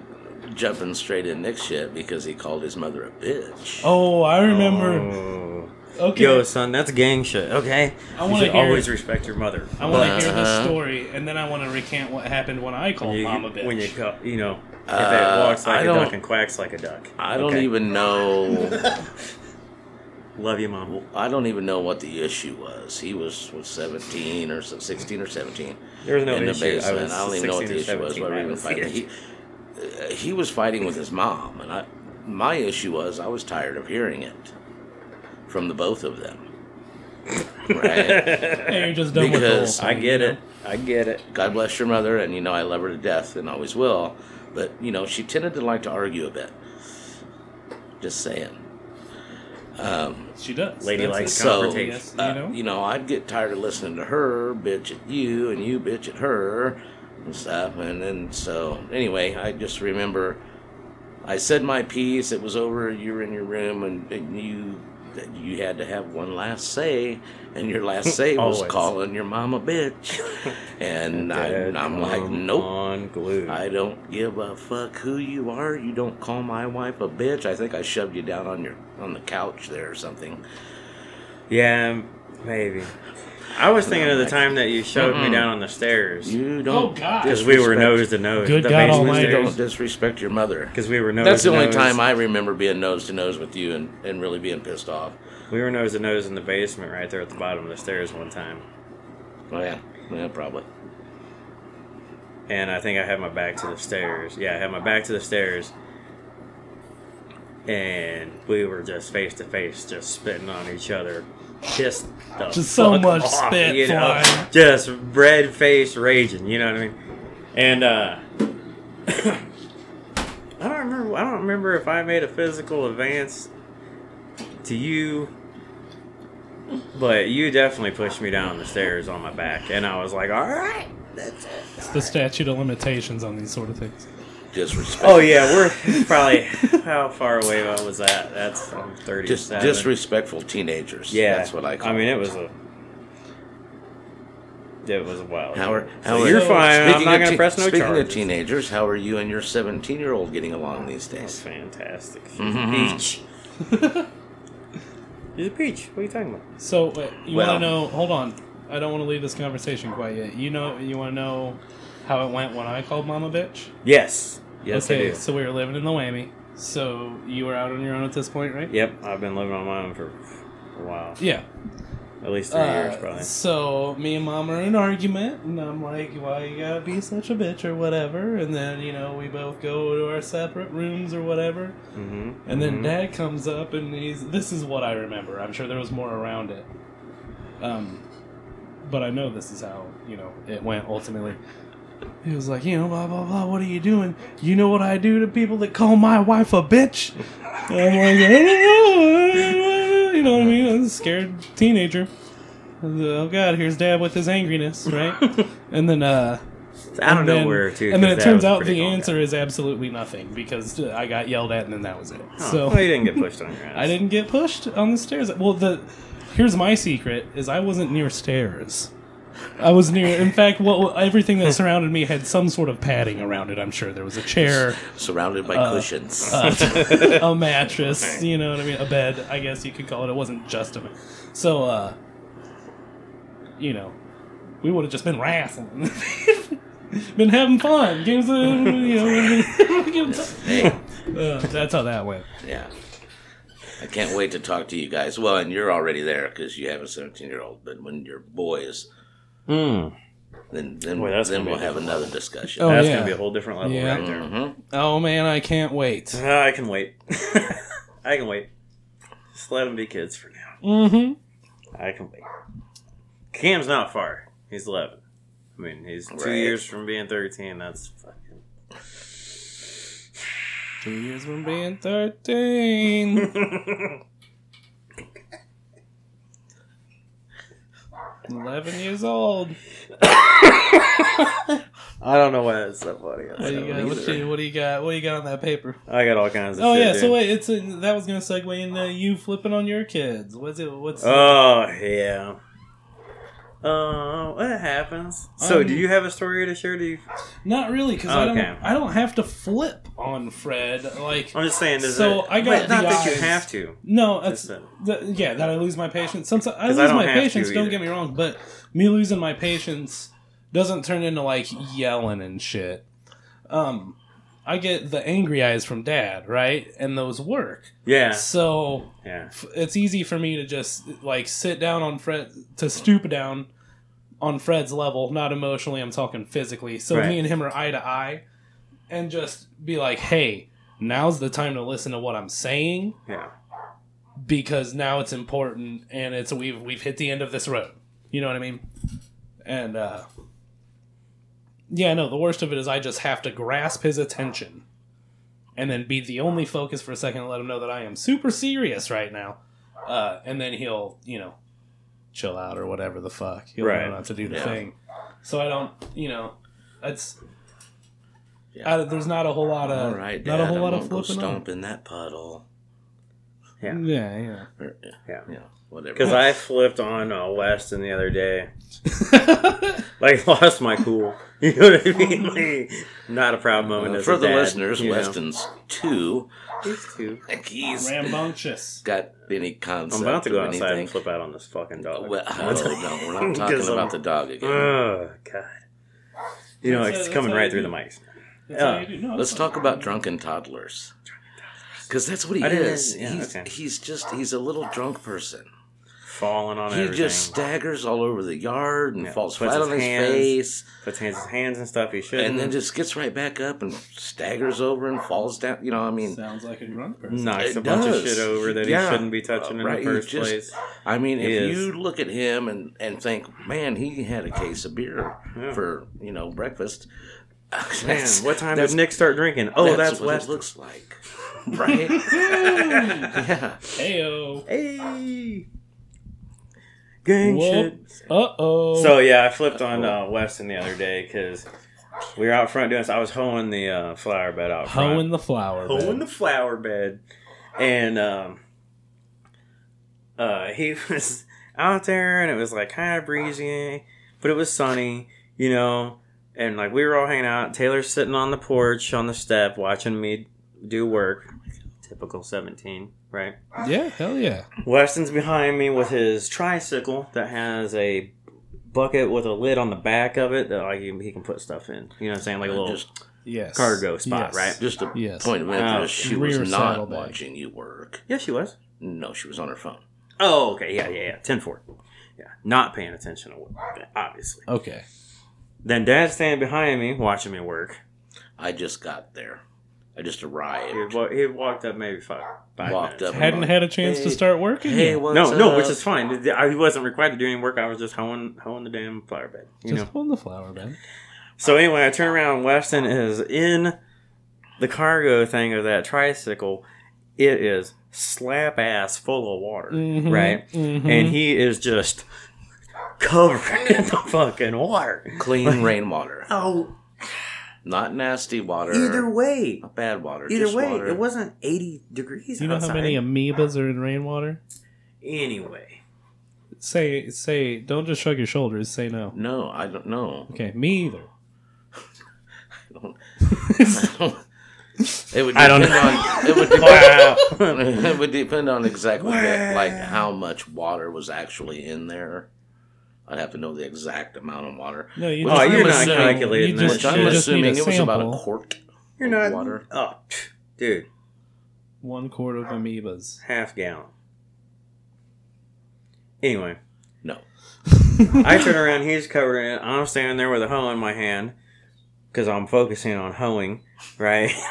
S3: jumping straight in Nick's shit because he called his mother a bitch.
S4: Oh, I remember.
S2: Oh.
S4: okay.
S2: Yo, son, that's gang shit. Okay,
S4: I
S2: you
S4: wanna
S2: should
S4: hear-
S2: always respect your mother.
S4: I want to
S3: Uh-huh.
S4: hear the story, and then I want to recant what happened when I called
S2: you,
S4: mom a bitch.
S2: when you go, you know, if
S3: Uh,
S2: it walks
S3: I
S2: like a
S3: don't-
S2: duck and quacks like a duck.
S3: I don't
S2: Okay.
S3: even know.
S2: love you, mom.
S3: I don't even know what the issue was. He was, was seventeen or so- sixteen or seventeen
S2: There was no
S3: in the
S2: issue.
S3: basement.
S2: I, was
S3: don't even know what the issue was. Why we even fighting? He, uh, he was fighting with his mom, and I, my issue was I was tired of hearing it from the both of them.
S2: [laughs]
S3: Right?
S4: Hey, you're just done with the whole
S3: because
S4: thing,
S3: I get
S4: you know?
S3: it.
S2: I get it.
S3: God bless your mother, and you know I love her to death and always will. But you know she tended to like to argue a bit. Just saying.
S4: She does.
S2: Lady
S4: That's
S2: likes
S4: it.
S3: so,
S2: confrontation.
S4: Yes,
S3: Uh,
S4: you know.
S3: you know, I'd get tired of listening to her bitch at you and you bitch at her and stuff. And then so anyway, I just remember I said my piece. It was over. You were in your room, and, and you that you had to have one last say, and your last say was
S2: Always.
S3: calling your mom a bitch. And I,
S2: Dead
S3: I'm like,
S2: cum
S3: nope.
S2: On glue.
S3: I don't give a fuck who you are. You don't call my wife a bitch. I think I shoved you down on your on the couch there or something.
S2: yeah, m- maybe. I was thinking of the
S3: like-
S2: time that you shoved me down on the stairs
S3: You don't.
S4: Oh, God.
S2: because we were
S3: disrespect-
S2: nose to nose.
S4: Good
S2: the
S4: God
S2: basement
S4: Almighty.
S3: You don't
S2: stairs.
S3: disrespect your mother.
S2: Because we were nose.
S3: That's the
S2: to
S3: only
S2: nose.
S3: time I remember being nose to nose with you and, and really being pissed off.
S2: we were nose to nose in the basement, right there at the bottom of the stairs one time.
S3: Oh yeah, yeah, probably.
S2: and I think I had my back to the stairs. Yeah, I had my back to the stairs, and we were just face to face, just spitting on each other, just the
S4: Just so
S2: fuck
S4: much
S2: off,
S4: spit
S2: you know?
S4: flying.
S2: just red face raging. You know what I mean? And uh, [coughs] I don't remember. I don't remember if I made a physical advance to you. But you definitely pushed me down the stairs on my back, and I was like, "All right,
S4: It's the statute of limitations on these sort of things.
S3: Disrespect.
S2: [laughs] Oh yeah, we're probably how far away I was at. That's um, thirty.
S3: Just disrespectful teenagers.
S2: Yeah,
S3: that's what I call.
S2: I mean, it was a. It was a wild.
S3: Howard,
S2: So you're fine. I'm not
S3: of
S2: gonna
S3: teen-
S2: press no
S3: Speaking
S2: charges.
S3: of teenagers, how are you and your 17 year old getting along these
S2: That's [laughs]
S3: days?
S2: fantastic. She's
S3: Mhm.
S2: a peach. She's a peach. What are you talking about?
S4: So uh, you
S3: Well-
S4: want to know? Hold on, I don't want to leave this conversation quite yet. You know, you want to know how it went when I called mom a bitch?
S2: Yes. Yes, I
S4: okay,
S2: do.
S4: so we were living in the whammy. So you were out on your own at this point, right?
S2: Yep, I've been living on my own for a while.
S4: Yeah.
S2: At least three years,
S4: Uh,
S2: probably.
S4: So me and mom are in an argument, and I'm like, "Why you gotta be such a bitch or whatever?" And then you know we both go to our separate rooms or whatever.
S2: Mm-hmm.
S4: And then dad comes up and he's. This is what I remember. I'm sure there was more around it. Um, but I know this is how, you know, it went ultimately. He was like, you know, blah, blah, blah, what are you doing? You know what I do to people that call my wife a bitch? And I'm like, "I don't know, I don't know." you know what I mean? I was a scared teenager. I was like, Oh, God, here's dad with his angriness,
S2: [laughs]
S4: right? and then, uh,
S2: I don't
S4: and
S2: know
S4: then-
S2: where to.
S4: And then
S2: 'cause
S4: it
S2: that
S4: turns
S2: was a
S4: out
S2: pretty
S4: the
S2: long
S4: answer
S2: guy.
S4: is absolutely nothing because I got yelled at and then that was it.
S2: Huh.
S4: So
S2: well, Oh, you didn't get pushed [laughs] on your ass.
S4: I didn't get pushed on the stairs. Well, the here's my secret is I wasn't near stairs. I was near. In fact, what everything that surrounded me had some sort of padding around it. I'm sure there was a chair,
S3: [laughs] Surrounded by
S2: Uh,
S3: cushions.
S2: [laughs]
S4: a mattress. You know what I mean? A bed. I guess you could call it. It wasn't just a. So, uh, you know, we would have just been wrestling, [laughs] been having fun, games. Of, you know,
S2: [laughs]
S4: [laughs]
S3: hey,
S4: uh, that's how that went.
S3: yeah. I can't wait to talk to you guys. Well, and you're already there because you have a 17 year old, but when your boys
S2: Mm.
S3: then then,
S2: Boy, that's
S3: then
S2: gonna
S3: we'll
S2: be
S3: have
S2: difficult.
S3: another discussion.
S4: Oh,
S2: That's
S4: yeah.
S2: gonna be a whole different level
S4: Yeah.
S2: right there.
S3: Mhm.
S4: Oh man, I can't wait.
S2: Ah, I can wait. [laughs] I can wait. Just let them be kids for now.
S4: Mm-hmm.
S2: I can wait. Cam's not far. He's eleven. I mean, he's two
S3: Right.
S2: years from being thirteen. That's fucking.
S4: Two years from being
S2: [laughs]
S4: thirteen. Eleven years old.
S2: [laughs] I don't know why that's so funny. I
S4: What do
S2: don't
S4: you got? What
S2: either.
S4: do you, what do you got? What do you got on that paper?
S2: I got all kinds of.
S4: Oh
S2: shit,
S4: yeah. So
S2: dude.
S4: wait, it's in that was gonna segue into you flipping on your kids. What's it? What's
S2: Oh yeah. Oh, that happens. So,
S4: I'm-
S2: do you have a story to share? Do you?
S4: not really? Because I
S2: Okay. Oh,
S4: don't. I don't have to flip on Fred. Like
S2: I'm just saying. Is
S4: So,
S2: it,
S4: I got
S2: but not
S4: the
S2: that you
S4: eyes.
S2: have to.
S4: No, that's
S2: Just
S4: the, yeah. That I lose my patience. Sometimes I
S2: 'Cause
S4: lose
S2: I don't
S4: my
S2: have to
S4: patience. Don't
S2: either.
S4: get me wrong, but me losing my patience doesn't turn into like yelling and shit. Um, I get the angry eyes from dad, right? And those work.
S2: Yeah.
S4: So
S2: Yeah.
S4: f- it's easy for me to just like sit down on Fred to stoop down on Fred's level, not emotionally. I'm talking physically. So
S2: Right.
S4: me and him are eye to eye, and just be like, "Hey, now's the time to listen to what I'm saying."
S2: Yeah.
S4: because now it's important and it's we've we've hit the end of this road. You know what I mean? And uh yeah, no, the worst of it is I just have to grasp his attention and then be the only focus for a second and let him know that I am super serious right now. Uh and then he'll, you know, chill out or whatever the fuck. He'll
S2: Right.
S4: know not to do the
S3: Yeah.
S4: thing. So I don't, you know, it's
S3: Yeah.
S4: I- there's not a whole lot of
S3: All right,
S4: not
S3: Dad,
S4: a whole
S3: I
S4: lot of
S3: won't go
S4: flipping on.
S3: stomp in that puddle.
S2: Yeah.
S4: Yeah, yeah.
S3: Or,
S2: Yeah.
S3: yeah, whatever.
S2: Because
S4: [laughs]
S2: I flipped on uh, Weston the other day. like [laughs] lost my cool. You know what I mean? [laughs] Like, not a proud moment.
S3: Uh,
S2: as
S3: for
S2: a
S3: the
S2: dad,
S3: listeners,
S2: you know.
S3: Weston's two.
S2: He's two.
S3: Like he's
S4: Rambunctious.
S3: got any concept.
S2: I'm about to go
S3: of
S2: outside
S3: anything.
S2: and flip out on this fucking dog. [laughs]
S3: Well, oh, no, we're not
S2: 'Cause
S3: talking
S2: I'm- [laughs]
S3: about the dog again.
S2: Oh god. You know
S4: That's, uh,
S2: it's
S4: that's
S2: coming
S4: how
S2: right
S4: you
S2: through
S4: do.
S2: the mics.
S4: That's how
S2: Yeah.
S4: you do- no, that's
S3: Let's
S4: fine.
S3: talk about drunken toddlers. Because that's what he
S2: I didn't-
S3: is.
S2: yeah,
S3: he's,
S2: okay.
S3: he's just, he's a little drunk person.
S2: Falling on
S3: He
S2: everything.
S3: just staggers all over the yard and
S2: Yeah,
S3: falls
S2: puts
S3: flat
S2: his
S3: on his
S2: hands- Mm-hmm.
S3: face
S2: puts his hands and stuff. He should.
S3: and then just gets right back up and staggers over and falls down. You know, I mean,
S4: Sounds like a drunk person.
S2: knocks
S3: It
S2: a bunch of
S3: does.
S2: shit over that
S3: Yeah. Uh,
S2: he shouldn't be touching in
S3: Right,
S2: the
S3: he
S2: first
S3: just-
S2: place.
S3: I mean,
S2: He
S3: if
S2: is.
S3: you look at him and, and think, man, he had a case of beer
S2: Yeah.
S3: for, you know, breakfast.
S2: Man,
S3: that's-
S2: what time
S3: that's-
S2: did Nick start drinking? Oh, that's,
S3: what
S2: West.
S3: it looks like. [laughs]
S2: [laughs]
S3: Right? yeah.
S4: Heyo.
S2: Hey, gang
S4: Whoop.
S2: shit.
S4: Uh oh.
S2: So yeah, I flipped on uh, Weston the other day because we were out front doing. So I was hoeing the uh, flower bed out front.
S4: hoeing the flower.
S2: Hoeing
S4: bed.
S2: the flower bed, and um, uh, he [laughs] was out there, and it was like kind of breezy, but it was sunny, you know. And like we were all hanging out. Taylor's sitting on the porch on the step watching me do work. Typical seventeen, right?
S4: yeah, hell yeah.
S2: Weston's behind me with his tricycle that has a bucket with a lid on the back of it that like he he can put stuff in. You know what I'm saying? Like a little
S3: Just,
S4: Yes.
S2: cargo spot,
S4: Yes.
S2: right?
S3: just a
S4: Yes.
S3: point of interest.
S2: Oh.
S3: she
S4: Rear
S3: was not
S4: saddlebag.
S3: watching you work.
S2: Yeah, she was.
S3: No, she was on her phone.
S2: Oh, okay. Yeah, yeah, yeah. Ten four. Yeah, not paying attention to work, obviously.
S4: Okay.
S2: Then Dad's standing behind me watching me work.
S3: I just got there. I just
S2: He had
S3: arrived.
S2: wa- he had walked up maybe five five
S3: Walked
S2: minutes.
S3: up.
S4: Hadn't had a chance to start working.
S3: Hey,
S4: yet.
S3: what's
S2: No, no,
S3: up?
S2: which is fine. I- He wasn't required to do any work. I was just hoeing, hoeing the damn flower bed. You know.
S4: Just hoeing the flower bed.
S2: So anyway, I turn around. Weston is in the cargo thing of that tricycle. It is slap ass full of water,
S4: Mhm,
S2: right?
S4: mhm.
S2: And he is just covered in the fucking water. [laughs]
S3: clean rainwater,
S2: Oh,
S3: not nasty water.
S2: either way,
S3: not bad water.
S2: either
S3: just
S2: way,
S3: water.
S2: it wasn't eighty degrees
S4: Do you know
S2: outside.
S4: how many amoebas are in rainwater?
S2: anyway,
S4: Say, say, don't just shrug your shoulders. Say no.
S3: No, I don't know.
S2: [laughs]
S4: Okay, me either.
S3: It would depend
S2: I don't
S3: on it
S2: [laughs]
S3: would
S2: wow.
S3: depend, [laughs] it would depend on exactly that, like how much water was actually in there. I'd have to know the exact amount of water.
S4: No, you.
S2: Oh,
S4: just
S2: you're
S4: need a
S2: not
S4: sample.
S2: calculating
S4: You
S2: that
S4: just,
S3: Which I'm
S4: you just need a
S3: assuming it was about a
S4: sample.
S3: quart.
S2: you're not
S3: Water.
S2: Oh, pff, dude,
S4: one quart of amoebas.
S2: half gallon. Anyway,
S3: No,
S2: I turn around, he's covered in it. I'm standing there with a hoe in my hand because I'm focusing on hoeing, right? [laughs]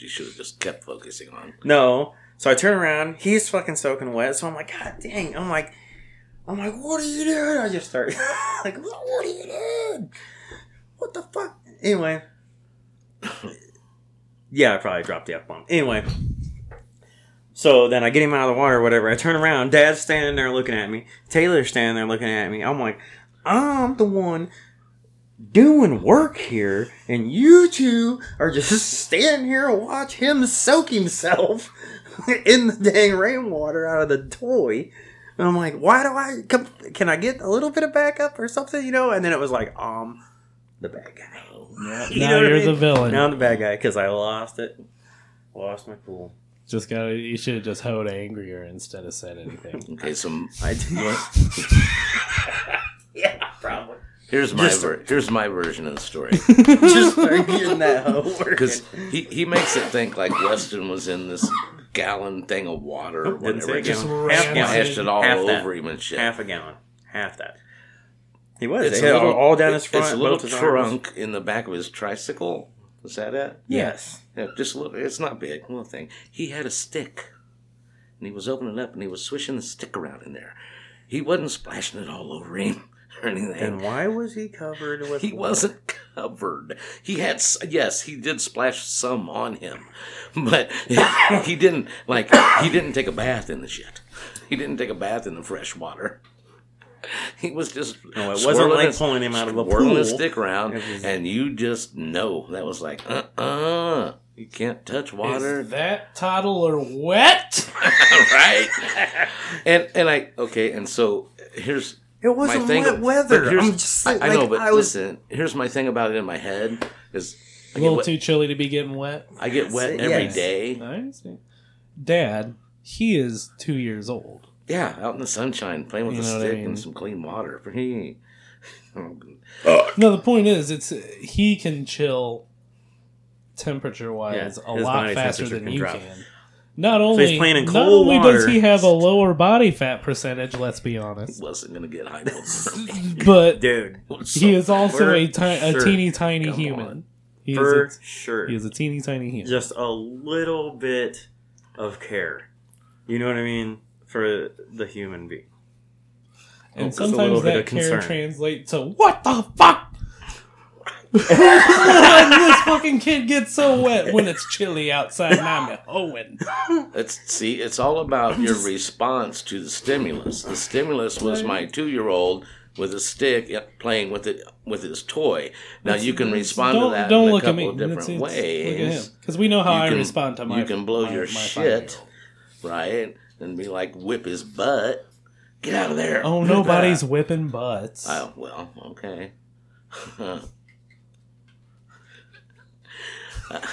S3: You should have just kept focusing on.
S2: No. So I turn around, he's fucking soaking wet. So I'm like, God dang. I'm like, I'm like, what are you doing? I just start [laughs] like, what are you doing? What the fuck? Anyway. yeah, I probably dropped the F bomb. Anyway. So then I get him out of the water, whatever. I turn around, dad's standing there looking at me. Taylor's standing there looking at me. I'm like, I'm the one doing work here, and you two are just standing here and watch him soak himself [laughs] in the dang rainwater out of the toy. And I'm like, why do I come? Can I get a little bit of backup or something? You know? And then it was like, um, the bad guy. [laughs] You know
S4: now
S2: what I
S4: you're
S2: mean?
S4: the villain.
S2: Now I'm the bad guy because I lost it. Lost my cool.
S4: Just gotta. You should have just hoed angrier instead of said anything.
S3: Okay, so
S2: I [laughs] did. yeah, probably.
S3: here's my
S2: Just-
S3: ver- here's my version of the
S2: [laughs]
S3: story
S2: Just start getting that [laughs] hoe working.
S3: because he, he makes it think like Weston was in this gallon thing of water or
S2: Didn't say
S3: whatever,
S2: a
S3: just
S2: gallon.
S4: Half
S2: Half
S3: splashed
S2: gallon.
S3: it all
S2: Half that.
S3: over him and shit.
S2: Half a gallon. Half that. He was.
S3: It's
S2: They
S3: a
S2: had
S3: little,
S2: all down his front.
S3: It's a little
S2: both his arms.
S3: trunk in the back of his tricycle. Is that it?
S2: Yes.
S3: Yeah, just a little. It's not big. Little thing. He had a stick, and he was opening it up, and he was swishing the stick around in there. He wasn't splashing it all over him [laughs] or
S2: And
S3: anything.
S2: why was he covered with?
S3: He
S2: water?
S3: wasn't covered. He had s- yes, he did splash some on him, but [laughs] he didn't like. He didn't take a bath in the shit. He didn't take a bath in the fresh water. He was just
S2: No, it wasn't
S3: swirling
S2: like
S3: his-
S2: pulling him out of a
S3: swirling his
S2: pool.
S3: stick around,
S2: It was-
S3: and you just know that was like uh uh You can't touch water.
S4: Is that toddler
S2: [laughs]
S4: wet?
S3: [laughs] right? and and I okay, and so here's
S2: It wasn't
S3: my thing.
S2: wet weather.
S3: but here's-
S2: I'm just
S3: I,
S2: saying,
S3: I know,
S2: like,
S3: but
S2: I was-
S3: listen, here's my thing about it in my head is I
S4: A
S3: get,
S4: little
S3: wet,
S4: too chilly to be getting wet.
S3: I get wet
S2: Yes.
S3: every
S2: Yes.
S3: day.
S4: I see. Dad, he is two years old.
S3: Yeah, out in the sunshine, playing with
S4: You
S3: a
S4: know what I
S3: stick
S4: mean.
S3: and some clean water. [laughs] Oh,
S4: No, the point is, it's he can chill temperature wise
S2: Yeah,
S4: a
S2: his
S4: lot
S2: body
S4: faster
S2: temperature
S4: than
S2: can
S4: you
S2: drop.
S4: can. Not only,
S2: he's playing in
S4: not
S2: cold
S4: only does
S2: water.
S4: he have a lower body fat percentage, let's
S2: [laughs]
S4: be honest,
S3: Wasn't gonna get high
S4: [laughs]
S3: blood.
S4: but
S2: dude
S4: he is also
S2: for
S4: a, ti- a
S2: sure.
S4: teeny tiny
S3: Come
S4: human.
S3: on.
S4: He is,
S2: for
S4: a,
S2: sure.
S4: he is a teeny tiny human.
S2: Just a little bit of care. You know what I mean for the human being.
S4: and
S2: just a little
S4: sometimes
S2: bit
S4: that
S2: of
S4: care
S2: concern.
S4: translates to what the fuck. [laughs] Why this fucking kid gets so wet when it's chilly outside and I'm at Owen.
S3: It's see, it's all about your response to the stimulus. The stimulus was my two-year-old with a stick uh, playing with it with his toy. Now you can respond to that in a couple of different ways,
S4: because we know how
S3: You
S4: I
S3: can-
S4: respond to my.
S3: you can blow
S4: my-
S3: your
S4: my
S3: shit.
S4: five-year-old.
S3: right? And be like, whip his butt, get out of there. [laughs]
S4: Oh,
S3: Get out of
S4: nobody's
S3: there.
S4: whipping butts.
S3: Oh well, okay.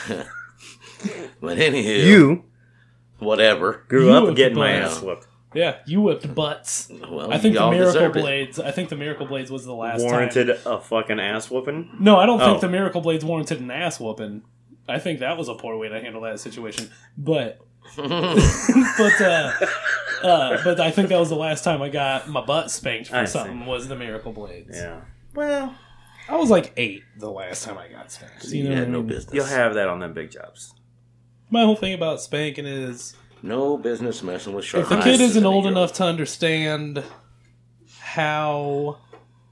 S3: [laughs] but anywho, whatever.
S2: grew
S4: You
S2: up
S4: have
S2: getting my
S4: blown
S2: ass
S3: out.
S2: whooped.
S4: Yeah, you whipped butts.
S3: Well,
S4: I think the
S3: y'all
S4: Miracle
S3: deserved it. [laughs]
S4: Blades. I think the Miracle Blades was the last
S2: Warranted
S4: time.
S2: a fucking ass whooping.
S4: No, I don't
S2: Oh.
S4: think the Miracle Blades warranted an ass whooping. I think that was a poor way to handle that situation. But, but, uh, uh, but I think that was the last time I got my butt spanked for
S2: I see.
S4: something. Was the Miracle Blades?
S2: Yeah. Well,
S4: I was like eight the last time I got spanked.
S3: You,
S4: You know, what I
S3: had no
S4: mean?
S3: business.
S2: you'll have that on them big jobs.
S4: My whole thing about spanking is
S3: no business messing with sharp
S4: if the
S3: eyes
S4: kid
S3: than
S4: isn't
S3: a
S4: old
S3: year
S4: enough to understand how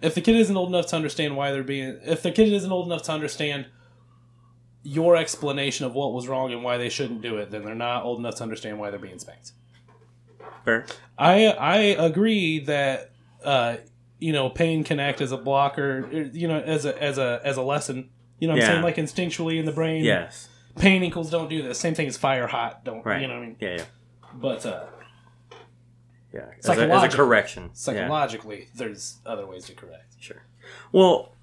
S4: if the kid isn't old enough to understand why they're being if the kid isn't old enough to understand your explanation of what was wrong and why they shouldn't do it then they're not old enough to understand why they're being spanked
S2: Fair.
S4: i i agree that uh you know pain can act as a blocker er, you know as a as a as a lesson you know what i'm
S2: Yeah.
S4: saying like instinctually in the brain
S2: Yes.
S4: pain equals don't do this same thing as fire hot don't
S2: Right.
S4: you know what i mean
S2: Yeah. Yeah.
S4: but uh
S2: Yeah. As a, as a
S4: Psychological.
S2: correction. Yeah.
S4: psychologically there's other ways to correct
S2: Sure. Well,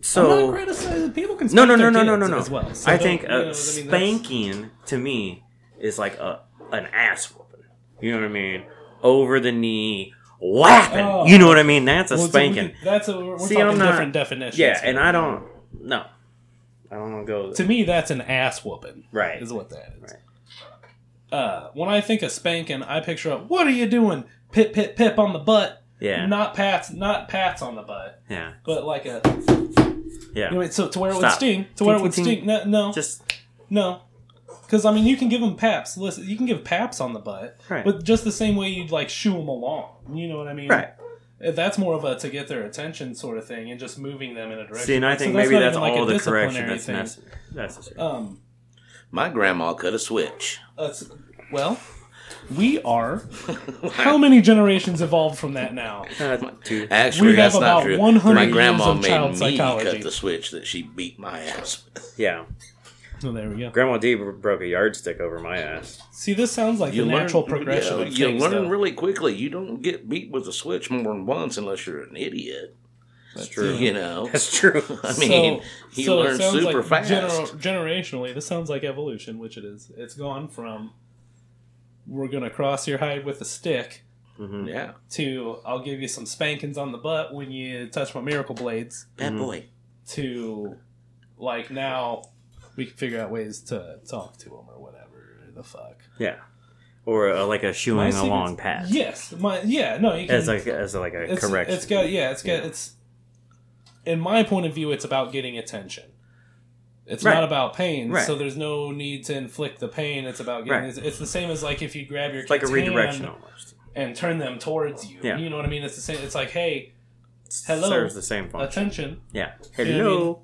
S2: so
S4: I'm not criticizing people can
S2: no, no, no,
S4: spank their
S2: no, no, no,
S4: kids
S2: no.
S4: as well So
S2: I
S4: don't-
S2: think
S4: you
S2: uh,
S4: know, I mean, that's-
S2: spanking to me is like a an ass whooping. You know what I mean? Over the knee whapping.
S4: Oh.
S2: You know what I mean? That's a
S4: well, so we
S2: spanking.
S4: could- that's a we're, we're
S2: See,
S4: talking
S2: I'm not-
S4: different definitions
S2: yeah,
S4: here.
S2: and I don't. No, I don't want to go.
S4: to me that's an ass whooping
S2: Right.
S4: is what that is uh when i think of spanking i picture up what are you doing pip pip pip on the butt
S2: Yeah.
S4: Not pats, not pats on the butt,
S2: Yeah.
S4: but like a.
S2: Yeah.
S4: Anyway, so to where it would
S2: Stop.
S4: sting, to where it
S2: Ting,
S4: would
S2: ting,
S4: sting.
S2: ting.
S4: No, no,
S2: Just
S4: no. Because I mean, you can give them paps. Listen, you can give paps on the butt,
S2: Right.
S4: but just the same way you'd like shoo them along. You know what I mean?
S2: right.
S4: Uh, That's more of a to get their attention sort of thing, and just moving them in a direction.
S2: See, and I
S4: So
S2: think maybe
S4: not
S2: that's
S4: even, like, a
S2: all the correction
S4: disciplinary
S2: that's
S4: thing.
S2: necessary. necessary.
S4: Um,
S3: My grandma cut a switch.
S4: us- well, we are. How many generations evolved from that now?
S2: Uh, dude,
S3: [laughs] Actually,
S4: We have
S3: that's not
S4: about
S3: true.
S4: 100
S3: My
S4: years
S3: grandma
S4: of
S3: made
S4: child
S3: me
S4: psychology.
S3: cut the switch that she beat my ass with.
S2: yeah.
S4: Oh, there we go.
S2: Grandma D bro- broke a yardstick over my ass. [laughs]
S4: See, this sounds like
S3: You
S4: the
S3: learn-
S4: natural progression
S3: You,
S4: of
S3: you
S4: things.
S3: learn
S4: though.
S3: really quickly. You don't get beat with a switch more than once unless you're an idiot.
S2: That's true.
S3: You
S4: [laughs]
S3: know.
S2: That's [laughs] true.
S3: I mean, he
S4: it
S3: learns
S4: sounds
S3: super
S4: like
S3: fast.
S4: generationally, this sounds like evolution, which it is. It's gone from we're gonna cross your hide with a stick
S3: Mm, yeah,
S4: to I'll give you some spankings on the butt when you touch my miracle blades
S3: bad boy.
S4: to like now we can figure out ways to talk to them or whatever the fuck.
S2: yeah. Or uh, like a
S4: My
S2: shoeing
S4: secret's-
S2: along path.
S4: Yes, my yeah no you can
S2: As like as like a
S4: it's,
S2: correction.
S4: It's got yeah, it's got it's. In my point of view, it's about getting attention. It's
S2: Right.
S4: not about pain,
S2: Right.
S4: so there's no need to inflict the pain. It's about getting.
S2: Right.
S4: It's, it's the same as like if you grab your
S2: It's like a
S4: kid's
S2: redirection
S4: hand
S2: almost.
S4: and turn them towards you.
S2: Yeah.
S4: You know what I mean? It's the same. It's like hey, Hello.
S2: Hello. Serves the same function.
S4: attention.
S2: Yeah.
S4: know what I
S2: Hello.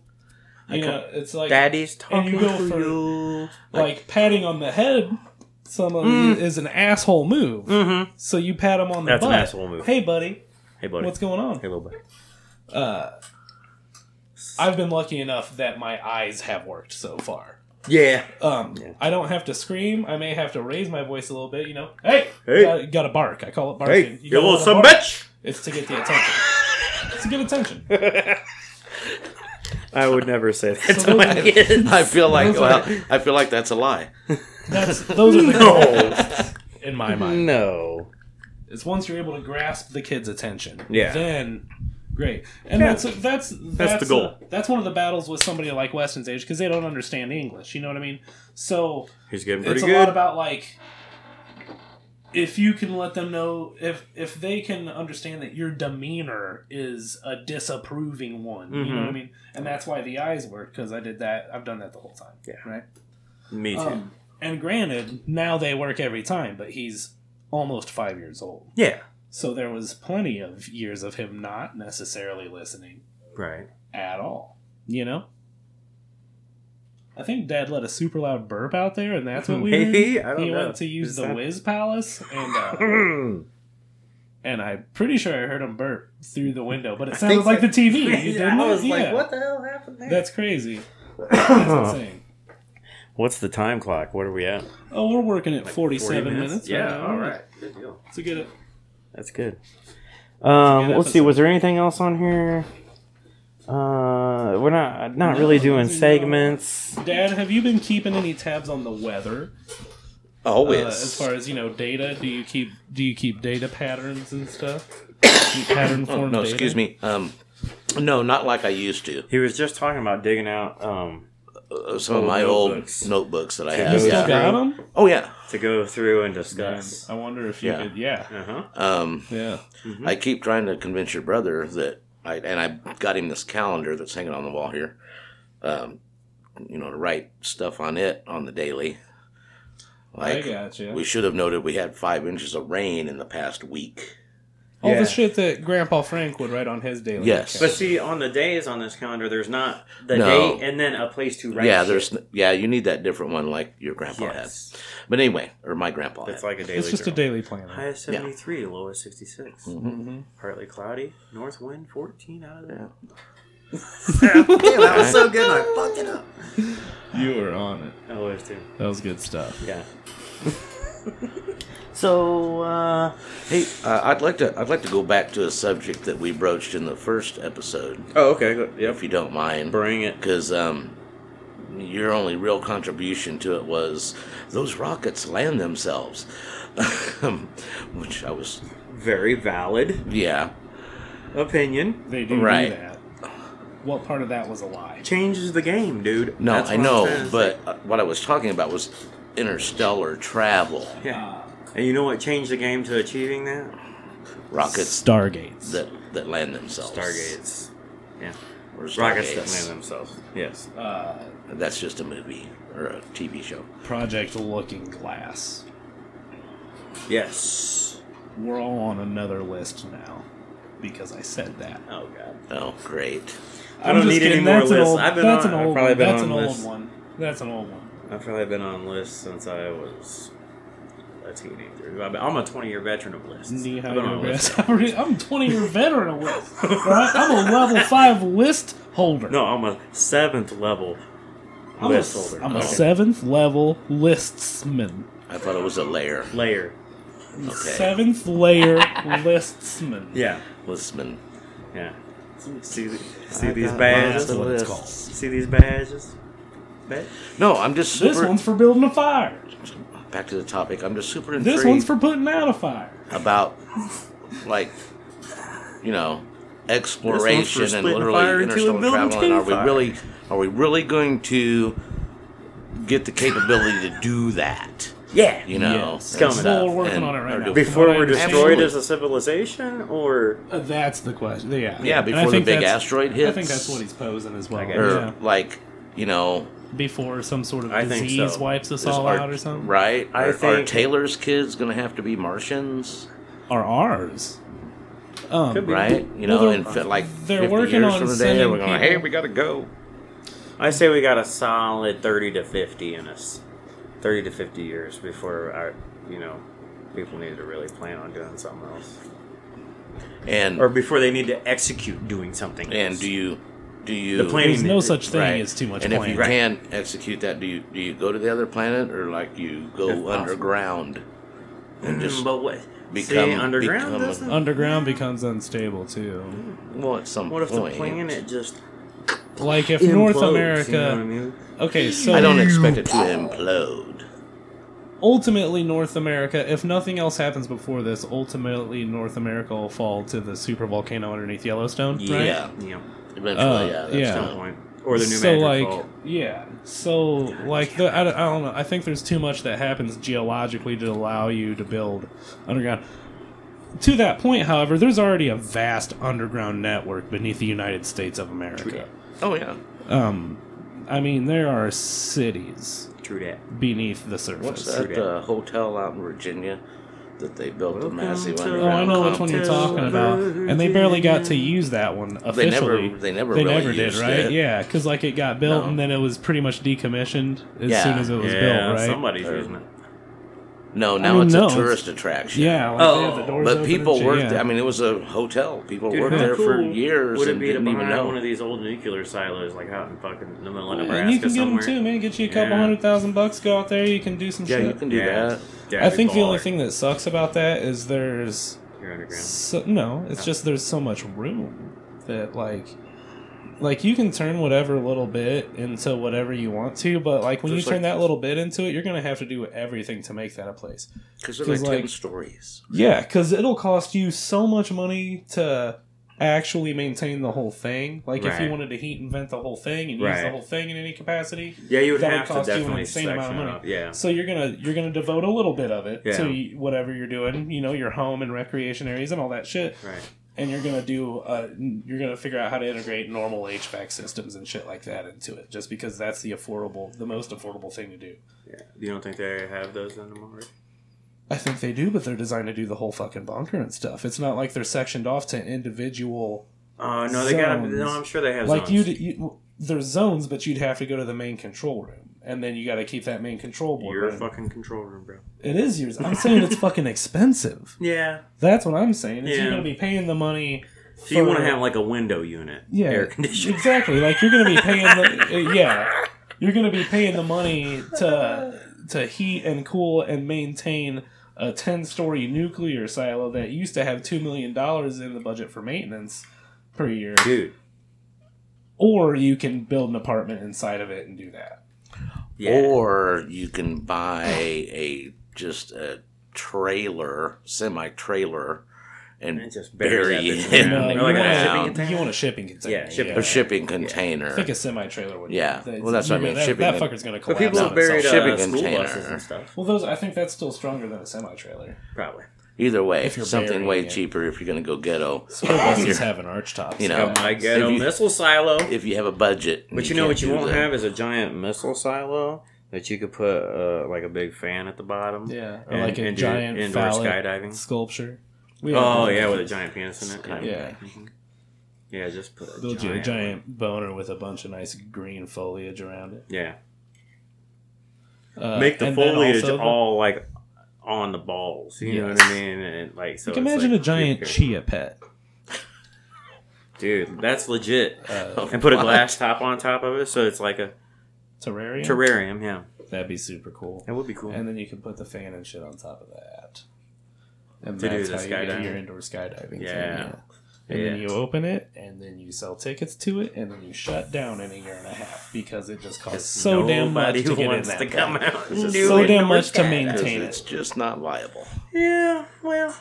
S4: You know, it's like
S2: Daddy's
S4: and
S2: talking
S4: you
S2: to
S4: go for-
S2: you.
S4: like patting on the head. Some of you is an asshole move.
S2: Mm. Mm-hmm.
S4: So you pat him on the
S2: That's an
S4: butt.
S2: asshole move.
S4: Hey, buddy,
S2: Hey, buddy.
S4: what's going on?
S2: Hey, little buddy.
S4: I've been lucky enough that my eyes have worked so far.
S2: Yeah.
S4: Um, I don't have to scream. I may have to raise my voice a little bit. You know, hey,
S2: Hey.
S4: got got to bark. I call it barking.
S2: Hey, you,
S4: gotta
S2: little
S4: wanna
S2: son of a
S4: bark.
S2: bitch.
S4: It's to get the attention. it's to
S2: [laughs]
S4: get attention.
S2: I would never say that
S4: So
S2: to my
S4: those- [laughs]
S2: kids. [laughs]
S3: I feel like well, I feel like that's a lie.
S4: That's those are the goals [laughs] in my mind.
S2: No.
S4: It's once you're able to grasp the kid's attention.
S2: Yeah.
S4: Then. Great, and
S2: Yeah.
S4: that's, that's that's
S2: the goal.
S4: uh, that's one of the battles with somebody like Weston's age because they don't understand English. You know what I mean? So
S2: He's getting pretty
S4: it's a
S2: good.
S4: lot about like if you can let them know if if they can understand that your demeanor is a disapproving one you know
S2: Mm-hmm.
S4: what i mean and that's why the eyes work because i did that i've done that the whole time
S2: Yeah.
S4: right
S2: Me too.
S4: um, and granted now they work every time but he's almost five years old
S2: yeah.
S4: so there was plenty of years of him not necessarily listening
S2: Right.
S4: at all you know I think Dad let a super loud burp out there, and
S2: [laughs]
S4: that's what we heard
S2: Maybe I don't
S4: he
S2: know.
S4: went to use
S2: Is
S4: the
S2: that-
S4: Wiz Palace,
S2: [laughs]
S4: and uh,
S2: Mm.
S4: and I'm pretty sure I heard him burp through the window, but it
S2: think
S4: sounded like the
S2: so. [laughs]
S4: TV. You didn't
S2: I was
S4: yeah.
S2: like, what the hell happened there?
S4: That's
S2: [laughs]
S4: crazy. That's insane.
S2: [clears throat] What's the time clock? What are we at?
S4: Oh, we're working at 47 minutes.
S2: Yeah.
S4: right now.
S2: all right. Good deal.
S4: It's a good.
S2: That's good. Um,
S4: good
S2: let's see.
S4: episode.
S2: Was there anything else on here? Uh, we're not not really doing segments.
S4: Dad, have you been keeping any tabs on the weather?
S2: Oh,
S4: Uh,
S3: Always.
S4: as far as you know, data. Do you keep do you keep data patterns and stuff?
S2: [coughs]
S4: Do you pattern
S3: Oh,
S4: form.
S3: no,
S4: data?
S3: excuse me. Um, no, not like I used to.
S2: He was just talking about digging out um,
S3: Uh, some
S4: Oh,
S3: of
S2: Old
S3: my old
S2: notebooks.
S3: notebooks, that I
S4: You
S3: have. Yeah.
S4: still got them?
S3: Oh yeah.
S2: to go through and discuss.
S4: I wonder if you
S3: Yeah.
S4: could. Yeah.
S2: Uh huh.
S3: Um,
S4: Yeah.
S3: I keep trying to convince your brother that I and I got him this calendar that's hanging on the wall here. Um, you know, to write stuff on it on the daily.
S4: I
S3: Like
S4: got you.
S3: we should have noted, we had five inches of rain in the past week.
S4: All
S2: Yeah.
S4: the shit that Grandpa Frank would write on his daily.
S3: Yes.
S2: But see, on the days on this calendar, there's not the
S3: No.
S2: date and then a place to write.
S3: yeah,
S2: shit.
S3: there's yeah, you need that different one like your grandpa
S2: Yes.
S3: had. But anyway, or my grandpa.
S2: It's
S3: had.
S2: like a daily.
S4: It's just
S2: journal.
S4: a daily planner.
S2: High of 73, low of 66.
S3: Mm-hmm,
S2: Partly cloudy, north wind 14 out of there. [laughs] Damn, that was so good, I fucked it up.
S4: You were on it.
S2: Always do.
S4: That was good stuff.
S3: [laughs]
S2: Yeah. so, uh.
S3: hey, uh, I'd like to I'd like to go back to a subject that we broached in the first episode,
S2: Oh, okay. Go, yep.
S3: if you don't mind.
S2: Bring it.
S3: because um, your only real contribution to it was those rockets land themselves, [laughs] which I was
S2: Very valid
S3: yeah
S2: opinion.
S4: They do
S3: Right.
S4: do that. What part of that was a lie?
S2: Changes the game, dude.
S3: no
S2: That's
S3: I
S2: what I'm
S3: know
S2: trying to say.
S3: but uh, what I was talking about was interstellar travel
S2: Yeah. And you know what changed the game to achieving that?
S3: rockets
S4: Stargates.
S3: that that land themselves.
S2: Stargates. Yeah.
S3: Or
S2: Rockets that
S3: Stargates.
S2: land themselves. Yes. Uh,
S3: That's just a movie or a TV show.
S4: Project Looking Glass.
S2: Yes.
S4: We're all on another list now because I said that.
S2: Oh god.
S3: Oh, great.
S2: I don't
S4: I'm just
S2: need any
S4: kidding,
S2: more
S4: that's an
S2: lists.
S4: old-
S2: I've been
S4: that's
S2: on.
S4: an
S2: I've
S4: old
S2: probably
S4: one.
S2: been
S4: That's
S2: on
S4: an old
S2: lists.
S4: one. That's an old one.
S2: I've probably been on lists since I was a teenager. I've been- I'm a 20 year veteran of lists.
S4: Knee high
S2: I've been on lists.
S4: progress. I'm re- [laughs] I'm 20 year veteran of list. Right? I'm a level five list
S2: [laughs]
S4: holder.
S2: No, I'm a seventh level
S4: I'm a,
S2: list
S4: s-
S2: holder.
S4: I'm a
S2: Okay.
S4: seventh level listsman.
S3: I thought it was a layer.
S2: layer.
S3: Okay.
S4: Seventh layer listsman.
S2: Yeah.
S3: Listman.
S2: Yeah. See, see
S3: I
S2: these
S3: got
S2: badges.
S3: lots of
S4: what it's
S3: lists.
S2: See these badges. Ba-
S3: No, I'm just super.
S4: This one's for building a fire.
S3: back to the topic. I'm just super intrigued
S4: This one's for putting out a fire.
S3: about like you know exploration and
S2: splitting fire into a
S3: literally interstellar
S2: building
S3: travel. And are
S2: too.
S3: we really are we really going to get the capability to do that?
S2: Yeah.
S3: You know,
S4: Yes.
S3: and
S2: Coming
S3: stuff,
S4: Well, we're working
S3: and-
S4: on it right
S3: or
S4: now.
S3: do-
S4: Be-
S2: Before we're destroyed
S3: Absolutely.
S2: as a civilization, or
S4: Uh, That's the question. Yeah.
S3: Yeah,
S4: And I
S3: before the
S4: think
S3: big
S4: that's-
S3: asteroid
S4: I think
S3: hits.
S4: that's what he's posing as well.
S2: I guess.
S3: Or
S4: Yeah.
S3: like you know,
S4: Before some sort of
S2: I think
S4: disease
S2: so.
S4: wipes us
S3: is
S4: all
S3: our-
S4: out or something.
S3: right?
S2: I
S3: are, are
S2: think-
S3: Taylor's kids going to have to be Martians?
S4: Are ours. Um,
S2: Could be.
S3: Right? You know,
S4: Well, they're-
S3: and fit like
S4: they're
S3: 50
S4: working
S3: years
S4: on
S3: from today, we're
S4: sending
S3: going, hey,
S4: people-
S3: we got to go.
S2: I say we got a solid thirty to fifty in us, thirty to fifty years before our, you know, people need to really plan on doing something else,
S3: And
S2: or before they need to execute doing something.
S3: and
S2: else.
S3: do you do you
S2: The planning
S4: There's no
S2: Right.
S4: such thing as too much
S3: And if
S4: planning.
S3: you can execute that, do you do you go to the other planet or like you go
S2: If possible.
S3: underground and just
S2: Hmm, but what?
S3: become-
S2: see, underground
S3: become a-
S2: doesn't.
S4: Underground becomes unstable too.
S3: well at some
S2: what if the
S3: point?
S2: planet just
S4: Like if
S2: implodes,
S4: North
S2: you know
S4: America.
S2: what I mean?
S4: Okay, so
S3: I don't expect it to implode.
S4: ultimately North America, if nothing else happens before this, ultimately North America will fall to the supervolcano underneath Yellowstone. Right?
S3: Yeah,
S2: Yeah,
S3: eventually.
S4: Uh,
S3: yeah, that's
S4: yeah.
S2: at some
S3: Not,
S2: point. Or the new
S4: so
S2: magic
S4: like
S2: vault.
S4: yeah so like the, I, don't, I don't know i think there's too much that happens geologically to allow you to build underground to that point however there's already a vast underground network beneath the united states of america
S3: oh yeah.
S4: um i mean there are cities
S2: True that.
S4: beneath the
S3: What's
S4: surface
S3: that
S2: that.
S3: uh, hotel out in Virginia that they built a massive
S2: to-
S4: Oh, I
S3: underground?
S4: know which one you're
S3: complex?
S4: talking about, and they barely got to use that one
S3: They never-
S4: officially.
S3: they never really used
S4: did, right?
S3: it.
S4: Yeah, because like it got built,
S3: No.
S4: and then it was pretty much decommissioned as
S3: Yeah,
S4: soon as it was
S2: yeah,
S4: built, right?
S2: somebody's using it.
S3: No, now
S4: mean,
S3: it's
S4: no,
S3: a
S4: it's-
S3: tourist attraction.
S4: Yeah, like
S2: Oh,
S4: they have the doors open
S3: But
S4: and
S3: people
S4: shit,
S3: worked.
S4: yeah.
S3: I mean, it was a hotel. People
S2: Dude,
S3: worked
S2: how
S3: there for
S2: cool
S3: years
S2: Would it
S3: and
S2: be to
S3: didn't even
S2: buy
S3: know.
S2: one of these old nuclear silos, like out in fucking the middle of Nebraska
S4: and you can get them
S2: somewhere?
S4: too, man. Get you a couple
S2: Yeah.
S4: hundred thousand bucks. Go out there, you can do some
S3: yeah, you
S4: shit.
S3: can do
S2: Yeah.
S3: that.
S2: Yeah,
S4: I
S2: it'd be
S4: think the only
S2: baller.
S4: thing that sucks about that is there's
S2: You're underground.
S4: so, no. It's just there's so much room that like. Like you can turn whatever little bit into whatever you want to, but like when
S3: Just
S4: you turn
S3: like-
S4: that little bit into it, you're gonna have to do everything to make that a place.
S3: Because they're
S4: 'Cause,
S3: like,
S4: like-
S3: ten stories.
S4: Yeah, because it'll cost you so much money to actually maintain the whole thing. Like if you
S2: Right.
S4: wanted to heat and vent the whole thing and use the
S2: Right.
S4: whole thing in any capacity,
S2: Yeah, you would
S4: that
S2: have
S4: would cost
S2: to
S4: you an
S2: definitely
S4: insane
S2: section
S4: amount of
S2: it
S4: money.
S2: up. Yeah.
S4: So you're gonna you're gonna devote a little bit of it
S2: Yeah.
S4: to y- whatever you're doing, you know, your home and recreation areas and all that shit,
S2: Right.
S4: and you're gonna do uh, you're gonna figure out how to integrate normal HVAC systems and shit like that into it, just because that's the affordable, the most affordable thing to do.
S2: Yeah. You don't think they have those anymore?
S4: I think they do, but they're designed to do the whole fucking bunker and stuff. It's not like they're sectioned off to individual.
S2: Uh, no, they got.
S4: Zones.
S2: No, I'm sure they have.
S4: Like
S2: zones.
S4: you'd, you, there's zones, but you'd have to go to the main control room, and then you got to keep that main control board.
S2: You're a
S4: running.
S2: fucking control room, bro.
S4: It is yours. I'm saying
S2: [laughs]
S4: it's fucking expensive.
S2: Yeah.
S4: That's what I'm saying. Is
S2: Yeah.
S4: you're going to be paying the money.
S2: So you
S4: for-
S2: want to have like a window unit,
S4: yeah,
S2: air
S4: [laughs]
S2: conditioning.
S4: Exactly. Like you're going to be
S2: [laughs]
S4: paying the uh, yeah, you're going to be paying the money to to heat and cool and maintain a 10-story nuclear silo that used to have 2 million dollars in the budget for maintenance per year.
S2: Dude.
S4: Or you can build an apartment inside of it and do that.
S2: Yeah.
S3: Or you can buy a just a trailer, semi trailer, and,
S2: And just bury
S3: bury
S2: that
S3: it
S2: bitch in
S3: in
S2: the ground.
S4: No, you,
S2: Or like
S4: want
S2: a
S3: the
S2: shipping
S3: ground.
S4: a
S2: container?
S4: shipping, you want a shipping container.
S2: Yeah, shipping
S3: A shipping container.
S4: I think a semi trailer would.
S3: Yeah. Well, that's what I mean,
S4: That,
S3: shipping
S4: that
S3: it-
S4: fucker's gonna
S2: But
S4: collapse.
S2: people
S4: on
S2: have buried
S4: itself.
S2: uh,
S3: shipping
S2: school
S3: container.
S2: buses and stuff. [laughs] Oh,
S4: Well, those I think that's still stronger than a semi trailer.
S2: Probably.
S3: Either way,
S4: If you're
S3: something
S4: burying
S3: way
S4: it.
S3: cheaper if you're going to go ghetto.
S4: School buses have an archtop.
S3: You know,
S2: Got my ghetto
S3: if you,
S2: missile silo.
S3: if you have a budget,
S2: But you know what
S3: can't
S2: you
S3: do
S2: won't
S3: that.
S2: have is a giant missile silo that you could put uh, like a big fan at the bottom.
S4: yeah, or
S2: And-
S4: like a
S2: and do
S4: giant
S2: indoor
S4: phallic
S2: skydiving.
S4: sculpture. We have
S2: Oh
S4: one.
S2: yeah, with a giant penis in it.
S4: Yeah.
S2: Mhm. Yeah, just put a
S4: Build you a
S2: giant.
S4: giant boner with a bunch of nice green foliage around it.
S2: Yeah.
S4: Uh,
S2: Make the
S4: and then
S2: foliage
S4: also the-
S2: all like on the balls. You know what I
S4: Yes.
S2: mean? And like so. it's,
S4: Like, imagine
S2: like,
S4: a giant
S2: okay.
S4: chia pet.
S2: Dude, that's legit.
S4: Uh,
S2: [laughs] And put a
S3: What?
S2: glass top on top of it, so it's like a
S4: terrarium.
S2: terrarium. Yeah,
S4: That'd be super cool.
S2: that would be cool.
S4: And then you can put the fan and shit on top of that. And
S2: To do
S4: that's
S2: the
S4: how you get
S2: skydiving.
S4: your indoor skydiving. thing,
S2: Yeah.
S4: And then
S2: Yeah.
S4: you open it, and then you sell tickets to it, and then you shut down in a year and a half because it just costs so damn much
S2: Nobody
S4: to get in
S2: wants
S4: that.
S2: to come
S4: thing.
S2: out. and just
S4: So
S2: sit
S4: damn much to
S3: Because
S4: maintain
S3: It's
S4: it.
S3: just not viable.
S2: Yeah, well,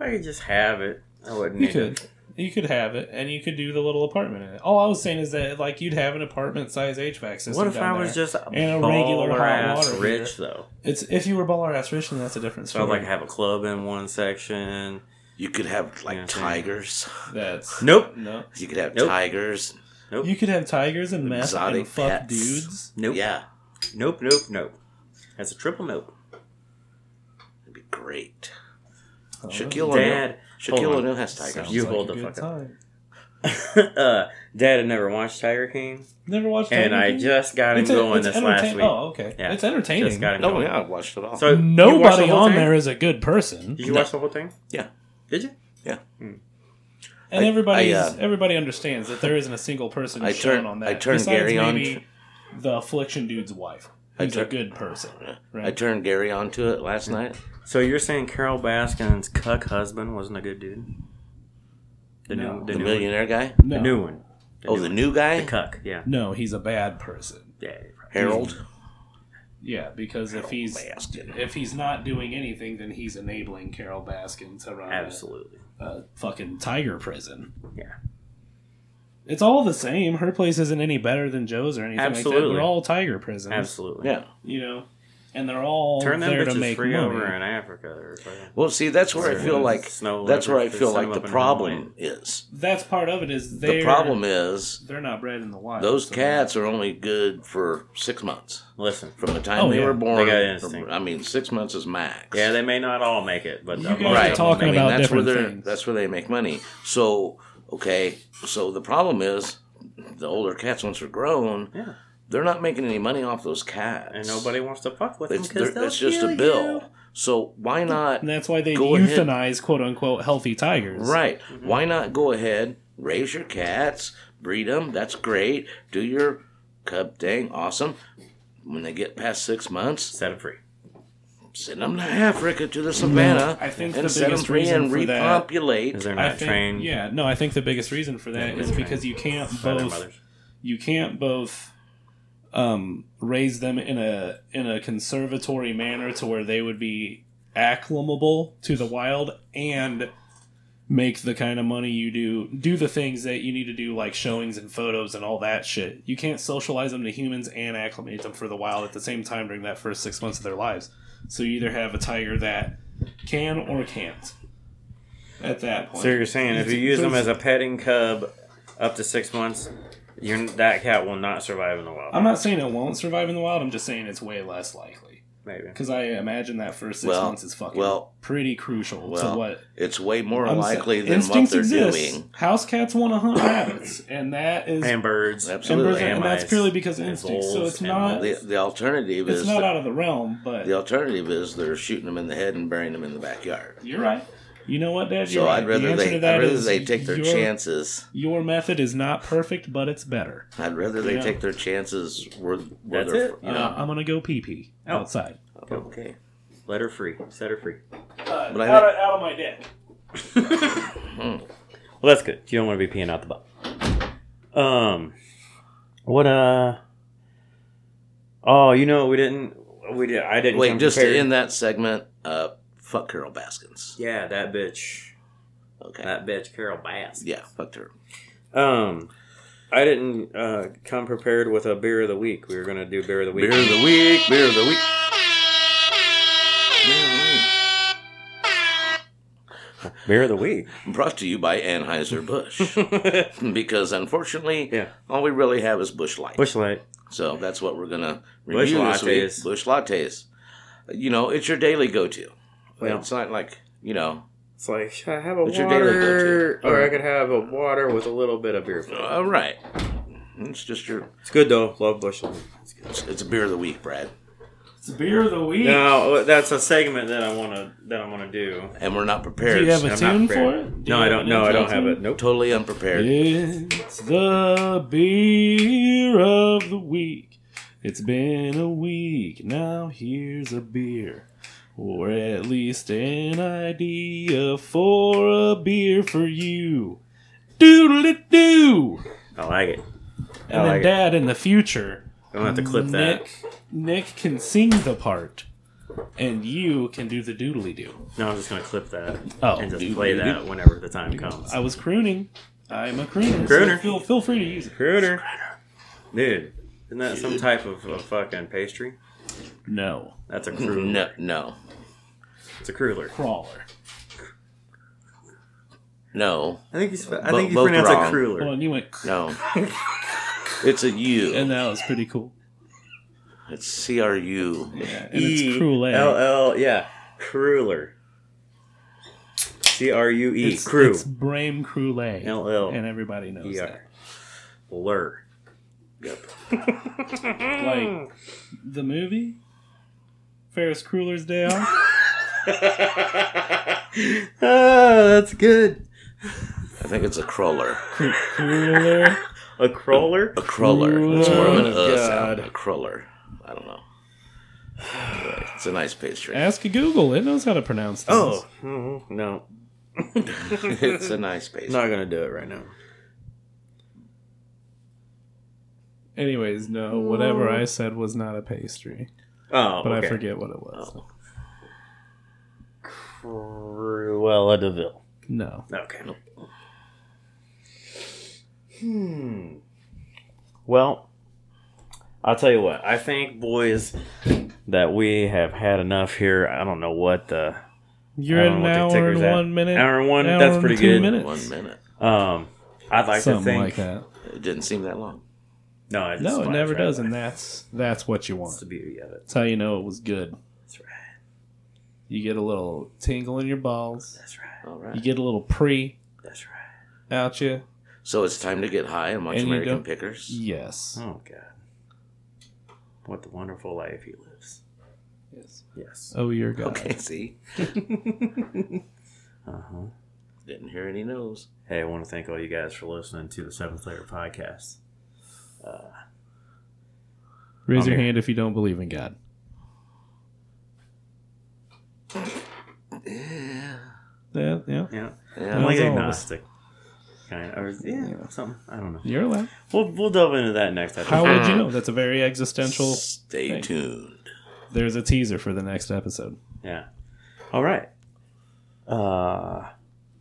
S2: I could just have it. I wouldn't.
S4: You
S2: need
S4: could.
S2: it.
S4: You could have it, and you could do the little apartment in it. All I was saying is that, like, you'd have an apartment-sized HVAC system.
S2: What if I
S4: down
S2: was
S4: there.
S2: just a
S4: And a regular
S2: baller
S4: hot
S2: ass
S4: water
S2: rich though?
S4: It's if you were baller ass rich, then that's a different
S2: So
S4: story.
S2: I'd like have a club in one section.
S3: You could have like
S2: Yeah, same.
S3: tigers.
S4: that's
S2: Nope.
S4: no.
S3: You could have
S2: Nope.
S3: tigers.
S2: Nope.
S4: You could have tigers and meth
S3: Exotic
S4: and fuck
S3: pets.
S4: dudes.
S2: Nope.
S3: Yeah,
S2: Nope. Nope. Nope. That's a triple nope.
S3: it'd be great.
S4: Oh,
S3: Shaquille O'Neal.
S2: Dad, hold
S3: Shaquille
S2: on.
S3: O'Neal has tigers.
S4: sounds
S2: You
S4: like
S2: hold
S4: a
S2: the
S4: good
S2: fuck up.
S4: time.
S2: [laughs] uh, Dad had never watched Tiger King,
S4: Never watched.
S2: and
S4: Tiger
S2: I
S4: King?
S2: just got him
S4: a-
S2: going this last
S4: entertain-
S2: week.
S4: Oh, okay.
S2: Yeah.
S4: It's entertaining.
S2: Just got him
S3: Oh
S2: going.
S3: yeah, I watched it all.
S2: So you watched the
S4: Nobody
S2: whole
S4: on
S2: thing?
S4: there is a good person,
S2: Did you
S3: No.
S2: watch the whole thing?
S3: yeah,
S2: Did you?
S4: and
S3: I-
S4: everybody
S3: I, uh,
S4: is- everybody understands that there isn't a single
S3: [laughs]
S4: person
S3: I
S4: shown
S3: turn-
S4: on that.
S3: I turn
S4: besides
S3: Gary on
S4: maybe the affliction dude's wife.
S3: I
S4: Who's a
S3: turn-
S4: good person, right?
S3: I turned Gary onto it last night.
S2: So you're saying Carol Baskin's cuck husband wasn't a good dude? The new,
S4: No.
S2: the, new
S3: The
S2: one.
S3: millionaire guy.
S4: no,
S2: the new one. The
S3: Oh,
S2: new
S3: the
S2: one.
S3: new guy,
S2: the cuck. Yeah.
S4: no, he's a bad person.
S2: Yeah. you're right.
S3: Harold.
S4: Yeah, because if he's
S3: Baskin.
S4: if he's not doing anything, then he's enabling Carol Baskin to run a,
S2: Absolutely.
S4: a fucking tiger prison.
S2: Yeah.
S4: It's all the same. Her place isn't any better than Joe's or anything like that.
S2: Absolutely.
S4: They're all tiger prisons.
S2: Absolutely.
S3: Yeah.
S4: You know? And they're all
S2: Turn them
S4: there to
S2: bitches
S4: make
S2: free
S4: money.
S2: over in Africa. Or something.
S3: Well, see, that's where I
S2: Sure.
S3: feel like
S2: Snow
S3: that's where I
S2: leopards, they
S3: feel
S2: set
S3: like
S2: 'em
S3: the
S2: up in
S3: problem is.
S4: That's part of it is they're
S3: The problem is
S4: they're not bred in the wild.
S3: those
S4: so-
S3: cats are only good for six months
S2: Listen.
S3: from the time
S4: Oh,
S3: they
S4: yeah.
S3: were born.
S2: They got instinct.
S3: I mean, six months is max.
S2: Yeah, they may not all make it, but
S4: You
S2: the-
S4: guys
S2: most
S4: are
S2: of them
S4: talking
S2: make it.
S4: about
S3: that's where
S4: different
S3: they're
S4: things.
S3: that's where they make money. So okay, so the problem is the older cats once they're grown,
S2: Yeah.
S3: they're not making any money off those cats,
S2: and nobody wants to fuck with them
S3: It's,
S2: because
S3: they're-
S2: that's
S3: it's just a bill. So why not?
S4: And that's why they
S3: Go ahead.
S4: euthanize quote unquote healthy tigers.
S3: Right?
S4: Mm-hmm.
S3: Why not go ahead, raise your cats, breed them? That's great. Do your cub thing, awesome. When they get past six months,
S2: Set them free.
S3: send them to Africa to the savannah
S4: I think
S3: and
S4: the
S3: set them
S4: biggest
S3: free and
S4: reason for that-
S3: repopulate.
S2: Because they're
S4: I
S2: not
S4: think,
S2: trained.
S4: Yeah, no, I think the biggest reason for that is
S2: trained
S4: because you can't
S2: by their
S4: both
S2: mothers.
S4: you can't both um, raise them in a in a conservatory manner to where they would be acclimable to the wild and make the kind of money you do do the things that you need to do like showings and photos and all that shit you can't socialize them to humans and acclimate them for the wild at the same time during that first six months of their lives so you either have a tiger that can or can't at that point
S2: So you're saying if you use them as a petting cub up to six months, you're, that cat will not survive in the wild.
S4: I'm not saying it won't survive in the wild. I'm just saying it's way less likely
S2: Maybe.
S4: because I imagine that first six
S3: Well,
S4: months is fucking
S3: well,
S4: pretty crucial to
S3: well,
S4: what
S3: It's way more
S4: I'm
S3: likely
S4: saying.
S3: than what
S4: Instincts
S3: they're
S4: exist.
S3: doing.
S4: House cats want to hunt rabbits, and that
S2: And
S4: is
S2: birds.
S4: and, birds-
S3: Absolutely.
S4: and
S2: and
S4: that's
S2: mice,
S4: purely because of
S2: and
S4: instincts. So
S2: voles,
S4: it's
S2: and
S4: not
S3: The, the alternative
S4: it's
S3: is
S4: not
S3: the,
S4: out of the realm. But
S3: the alternative is they're shooting them in the head and burying them in the backyard.
S4: you're right. You know what, Dad?
S3: So
S4: You're right.
S3: I'd
S4: the
S3: rather
S4: answer
S3: they
S4: to
S3: I'd
S4: that
S3: rather
S4: is
S3: they take their
S4: your,
S3: chances.
S4: Your method is not perfect, but it's better.
S3: I'd rather they
S4: Yeah.
S3: take their chances where, where
S2: That's
S3: they're
S2: it.
S3: you know
S4: Uh, I'm gonna go pee pee
S2: Oh.
S4: outside.
S3: okay.
S2: Let her free. Set her free.
S4: Uh,
S3: But I
S4: out,
S3: think-
S4: of, out of my deck.
S2: Well, that's good. You don't want to be peeing out the butt. Um, what uh? Oh, you know we didn't. We did. I didn't.
S3: Wait,
S2: come
S3: just to
S2: prepared.
S3: end that segment, uh, fuck Carol Baskins.
S2: Yeah, that bitch.
S3: Okay.
S2: That bitch, Carol Bass.
S3: yeah, fucked her.
S2: Um, I didn't uh come prepared with a beer of the week. We were gonna do beer of the week.
S3: Beer of the week, beer of the week.
S2: Beer of the week.
S3: Brought to you by
S2: [laughs]
S3: Anheuser-Busch. because unfortunately,
S2: Yeah.
S3: all we really have is Bush Light.
S2: Bushlight.
S3: So that's what we're going to
S2: Busch
S3: review this week.
S2: lattes.
S3: Bush Lattes. You know, it's your daily go to.
S2: Yeah.
S3: It's not like, you know,
S2: It's like should I have a
S3: What's your daily
S2: water,
S3: go-to?
S2: or I could have a water with a little bit of beer. flavor.
S3: all right. It's just your,
S2: It's good though. Love Bushlight. It's good.
S3: it's, it's a beer of the week, Brad.
S4: It's beer of the week. [laughs]
S2: Now that's a segment that I want to that I want to do.
S3: And we're not prepared.
S4: Do you have a
S2: I'm not
S4: tune for
S2: prepared.
S4: it? Do
S2: No,
S4: you
S2: I
S4: have
S2: don't.
S4: an
S2: No, I don't
S4: intro
S2: have
S4: tune?
S2: it. Nope.
S3: Totally unprepared.
S4: It's the beer of the week. It's been a week. Now here's a beer. Or at least an idea for a beer for you. Doodle it do!
S2: I like it.
S4: And
S2: like
S4: then
S2: it.
S4: Dad in the future,
S2: I'm gonna have to clip that.
S4: Nick Nick can sing the part. And you can do the doodly do.
S2: No, I'm just gonna clip that
S4: Oh.
S2: and just play that whenever the time comes.
S4: I was crooning. I'm a crooner.
S2: Crooner.
S4: So feel, feel free to use it.
S2: Crooner, dude, isn't that some type of, of fucking pastry?
S4: No.
S2: That's a crooner.
S3: No, no,
S2: It's a cruller.
S4: Crawler.
S3: no,
S2: I think you. sp- I
S3: Bo-
S2: think you
S3: both
S2: pronounce
S3: wrong.
S2: it cruller.
S4: Well, and you went
S3: no. it's a U.
S4: and that was pretty cool.
S3: it's C R U.
S4: Yeah, and it's
S2: E L
S4: cruel.
S2: L. Yeah, cruller. C R U E.
S4: It's,
S2: Crew.
S4: it's Brame Cruelé.
S2: LL.
S4: and everybody knows
S2: ER. Blur.
S4: that.
S2: Mm.
S4: Like the movie, Ferris Crueller's Day Off. [laughs]
S2: Ah, that's good.
S3: I think it's a crawler.
S4: Cru- Crueller.
S2: A crawler.
S3: A crawler. It's more of an
S2: Oh,
S3: uh
S2: God.
S3: sound. A crawler. I don't know. Anyway, it's a nice pastry.
S4: Ask Google; it knows how to pronounce things.
S2: Oh mhm, no,
S3: [laughs] it's a nice pastry.
S2: not gonna do it right now.
S4: Anyways, no. Whatever I said was not a pastry,
S2: Oh,
S4: but
S2: Mm. okay. Oh.
S4: I forget what it was.
S2: Cruella Deville.
S4: No.
S2: Okay. Hmm. Hmm. Well, I'll tell you what. I think, boys, that we have had enough here. I don't know what the
S4: You're
S2: I
S4: at
S2: don't
S4: an
S2: know what the
S4: hour and
S2: ticker's at.
S4: one minute.
S2: Hour and one, that's pretty
S4: two
S2: good.
S4: Minutes.
S3: One minute.
S2: um. I'd like to
S4: Something
S2: think.
S4: like that.
S3: It didn't seem that long.
S2: No, it's
S4: No, it
S2: fine,
S4: never
S2: it's right.
S4: does, and that's that's what you want.
S2: That's the beauty of it.
S4: That's how you know it was good.
S2: That's right.
S4: You get a little tingle in your balls.
S2: That's right.
S3: All
S4: You
S3: right.
S4: get a little pre
S2: That's right.
S4: out you.
S3: So it's time to get high and watch
S4: And you
S3: American
S4: don't-
S3: Pickers.
S4: Yes.
S2: Oh God. What the wonderful life he lives.
S4: Yes.
S2: Yes.
S4: Oh, your God.
S3: Okay, [laughs] see?
S2: Uh huh.
S3: Didn't hear any no's.
S2: Hey, I want to thank all you guys for listening to the Seventh Layer Podcast.
S4: Raise
S2: I'm
S4: your
S2: here.
S4: hand if you don't believe in God. Yeah, yeah.
S2: Yeah,
S3: Yeah.
S2: I'm like
S4: As always.
S2: agnostic, kind of, or yeah, something. I don't know.
S4: You're allowed.
S2: We'll we'll delve into that next episode.
S4: How would you know? That's a very existential.
S3: Stay
S4: Hey.
S3: tuned.
S4: There's a teaser for the next episode.
S2: Yeah. All right. Uh,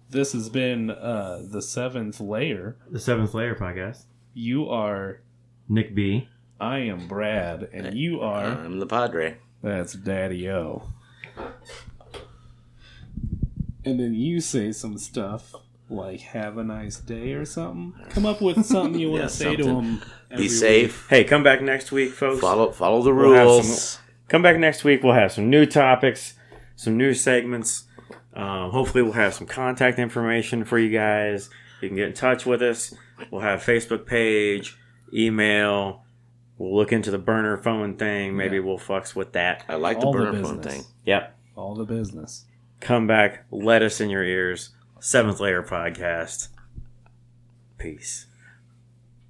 S4: This has been uh, the seventh layer.
S2: the Seventh Layer Podcast.
S4: You are.
S2: Nick B.
S4: I am Brad, and you are.
S3: I'm the Padre.
S4: That's Daddy O. And then you say some stuff like "Have a nice day" or something. Come up with something you
S3: [laughs]
S4: want
S3: Yeah,
S4: to say to
S3: something.
S4: him.
S3: Be safe.
S2: Hey, come back next week, folks.
S3: Follow follow the
S2: We'll have
S3: rules.
S2: some- Come back next week. We'll have some new topics, some new segments. Um, hopefully, we'll have some contact information for you guys. You can get in touch with us. We'll have Facebook page, email. We'll look into the burner phone thing. Maybe we'll fucks with that.
S3: I like the
S4: All the
S3: burner phone
S4: business.
S3: thing.
S2: Yep.
S4: All the business.
S2: Come back. Let us in your ears. Seventh Layer Podcast. Peace.